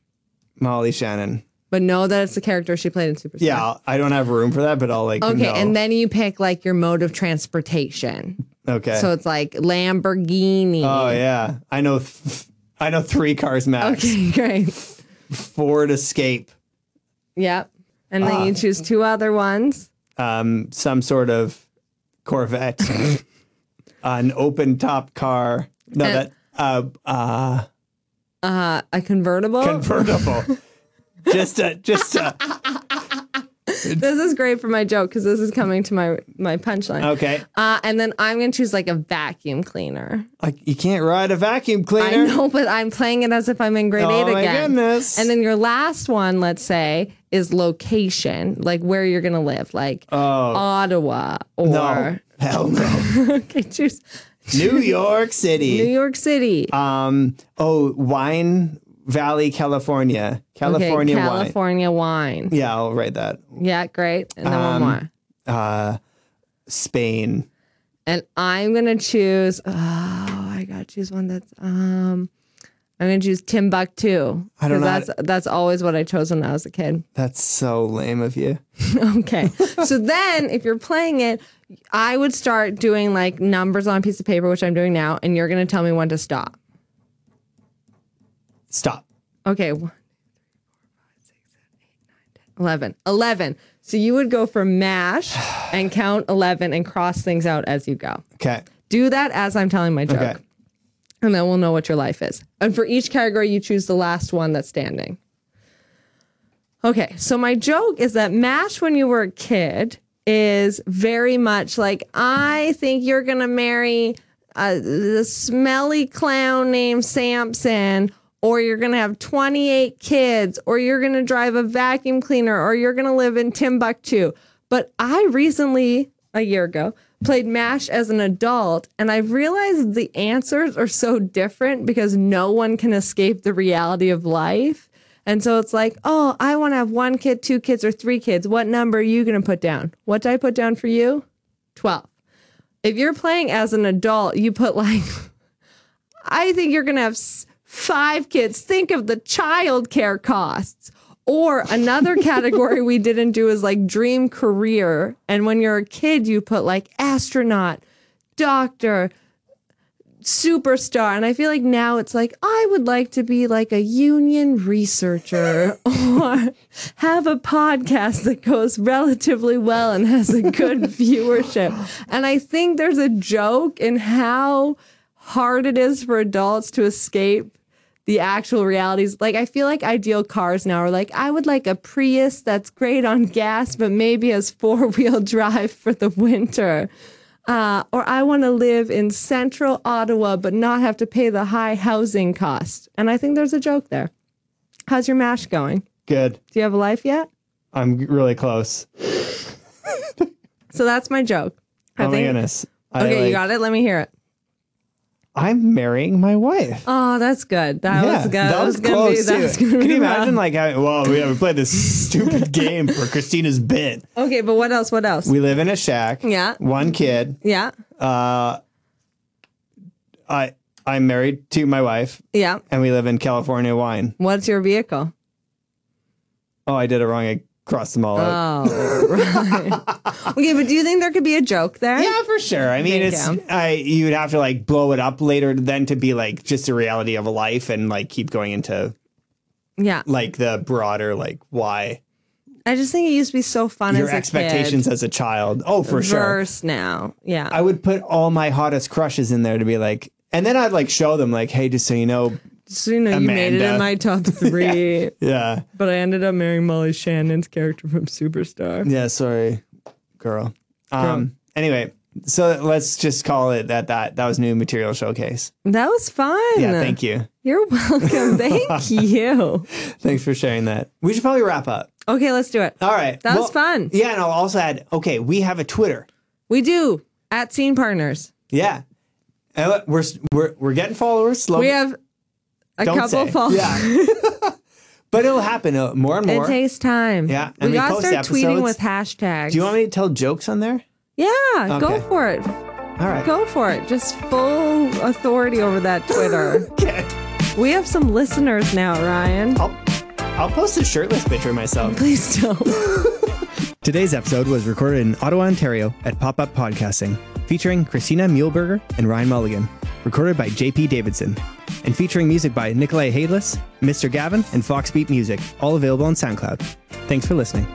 Speaker 1: Molly Shannon.
Speaker 2: but know that it's the character she played in Superstar.
Speaker 1: Yeah, I'll- I don't have room for that, but I'll like.
Speaker 2: Okay,
Speaker 1: no.
Speaker 2: and then you pick like your mode of transportation.
Speaker 1: okay.
Speaker 2: So it's like Lamborghini.
Speaker 1: oh yeah, I know. Th- I know three cars max.
Speaker 2: Okay, great.
Speaker 1: Ford Escape.
Speaker 2: Yep. And then
Speaker 1: Uh.
Speaker 2: you choose two other ones.
Speaker 1: Um, some sort of Corvette. An open top car. No,
Speaker 2: Uh,
Speaker 1: that uh, uh,
Speaker 2: Uh, a convertible.
Speaker 1: convertible. just a just a
Speaker 2: this is great for my joke because this is coming to my my punchline.
Speaker 1: okay.
Speaker 2: Uh, and then I'm gonna choose like a vacuum cleaner.
Speaker 1: Like you can't ride a vacuum
Speaker 2: I
Speaker 1: cleaner.
Speaker 2: know, but I'm playing it as if I'm in grade
Speaker 1: Oh
Speaker 2: eight
Speaker 1: my
Speaker 2: again.
Speaker 1: goodness.
Speaker 2: And then your last one, let's say, is location, like where you're gonna live, like
Speaker 1: Oh
Speaker 2: Ottawa or
Speaker 1: no, hell no.
Speaker 2: okay, choose
Speaker 1: New York
Speaker 2: New
Speaker 1: City.
Speaker 2: York City.
Speaker 1: Um. Oh, Wine Valley, California. California
Speaker 2: okay,
Speaker 1: wine.
Speaker 2: California wine.
Speaker 1: Yeah, I'll write that.
Speaker 2: Yeah, great. And then
Speaker 1: Um,
Speaker 2: one more.
Speaker 1: Uh, Spain.
Speaker 2: And I'm gonna choose. Oh, I gotta choose one that's. um I'm gonna choose Timbuktu.
Speaker 1: I don't know how
Speaker 2: 'cause That's that's always what I chose when I was a kid.
Speaker 1: That's so lame of you.
Speaker 2: Okay. so then if you're playing it, I would start doing like numbers on a piece of paper, which I'm doing now, and you're going to tell me when to stop.
Speaker 1: Stop.
Speaker 2: Okay. one, two, three, four, five, six, seven, eight, nine, 10, 11. 11. So you would go for mash and count 11 and cross things out as you go.
Speaker 1: Okay.
Speaker 2: Do that as I'm telling my joke.
Speaker 1: Okay.
Speaker 2: And then we'll know what your life is. And for each category, you choose the last one that's standing. Okay, so my joke is that MASH, when you were a kid, is very much like, I think you're going to marry a, the smelly clown named Samson, or you're going to have 28 kids, or you're going to drive a vacuum cleaner, or you're going to live in Timbuktu. But I recently, a year ago, played MASH as an adult, and I've realized the answers are so different because no one can escape the reality of life. And so it's like, oh, I want to have one kid, two kids, or three kids. What number are you going to put down? What did I put down for you? 12. If you're playing as an adult, you put like, I think you're going to have s- five kids. Think of the childcare costs. Or another category we didn't do is like dream career. And when you're a kid, you put like astronaut, doctor, superstar. And I feel like now it's like, I would like to be like a union researcher or have a podcast that goes relatively well and has a good viewership. And I think there's a joke in how hard it is for adults to escape the actual realities. Like, I feel like ideal cars now are like, I would like a Prius that's great on gas, but maybe has four wheel drive for the winter. Uh, or I want to live in central Ottawa, but not have to pay the high housing cost. And I think there's a joke there. How's your mash going?
Speaker 1: Good.
Speaker 2: Do you have a life yet?
Speaker 1: I'm really close.
Speaker 2: So that's my joke. I
Speaker 1: oh my
Speaker 2: think-
Speaker 1: goodness. I,
Speaker 2: Okay,
Speaker 1: like-
Speaker 2: you got it. Let me hear it.
Speaker 1: I'm marrying my wife.
Speaker 2: Oh, that's good. That was good.
Speaker 1: That was
Speaker 2: gonna
Speaker 1: close
Speaker 2: be, that
Speaker 1: too.
Speaker 2: was gonna
Speaker 1: Can
Speaker 2: be
Speaker 1: you imagine?
Speaker 2: rough.
Speaker 1: Like, how, well, we haven't played this stupid game for Christina's bit.
Speaker 2: Okay, but what else? What else?
Speaker 1: We live in a shack.
Speaker 2: Yeah.
Speaker 1: One kid.
Speaker 2: yeah.
Speaker 1: Uh, I I I'm married to my wife
Speaker 2: Yeah.
Speaker 1: and we live in California wine.
Speaker 2: What's your vehicle?
Speaker 1: Oh, I did it wrong. I crossed them all out.
Speaker 2: Oh, right. okay, but do you think there could be a joke there?
Speaker 1: Yeah, for sure. I mean,
Speaker 2: Thank
Speaker 1: it's
Speaker 2: you.
Speaker 1: I you'd have to like blow it up later then to be like just the reality of a life and like keep going into
Speaker 2: Yeah.
Speaker 1: like the broader like why
Speaker 2: I just think it used to be so fun
Speaker 1: your
Speaker 2: as a
Speaker 1: expectations
Speaker 2: kid.
Speaker 1: as a child. Oh, for sure.
Speaker 2: Verse now. Yeah.
Speaker 1: I would put all my hottest crushes in there to be like, and then I'd like show them like, hey, just so you know,
Speaker 2: so, you know, you made it
Speaker 1: Amanda.
Speaker 2: in my top three,
Speaker 1: yeah,
Speaker 2: but I ended up marrying Molly Shannon's character from Superstar.
Speaker 1: yeah, sorry, girl. Um, anyway, so let's just call it that. That that was new material showcase.
Speaker 2: That was fun.
Speaker 1: Yeah, thank you.
Speaker 2: You're welcome. Thank you.
Speaker 1: Thanks for sharing that. We should probably wrap up.
Speaker 2: Okay, let's do it.
Speaker 1: All right,
Speaker 2: That was fun.
Speaker 1: Yeah, and I'll also add. Okay, we have a Twitter.
Speaker 2: We do at Scene Partners.
Speaker 1: Yeah, And we're we're we're getting followers slowly.
Speaker 2: We have a
Speaker 1: Oh, Don't
Speaker 2: couple
Speaker 1: say.
Speaker 2: followers.
Speaker 1: Yeah. but it'll happen uh, more and
Speaker 2: It
Speaker 1: more.
Speaker 2: takes time.
Speaker 1: Yeah,
Speaker 2: We
Speaker 1: and we
Speaker 2: gotta
Speaker 1: post
Speaker 2: start
Speaker 1: episodes.
Speaker 2: tweeting with hashtags.
Speaker 1: Do you want me to tell jokes on there?
Speaker 2: Yeah, go
Speaker 1: Okay.
Speaker 2: for it.
Speaker 1: All right.
Speaker 2: Go for it. Just full authority over that Twitter.
Speaker 1: Okay.
Speaker 2: we have some listeners now, Ryan.
Speaker 1: I'll, I'll post a shirtless picture myself.
Speaker 2: Please don't.
Speaker 1: Today's episode was recorded in Ottawa, Ontario at Pop Up Podcasting, featuring Christina Muehlberger and Ryan Mulligan, recorded by JP Davidson, and featuring music by Nikolai Hadeless, Mr. Gavin, and Foxbeat Music, all available on SoundCloud. Thanks for listening.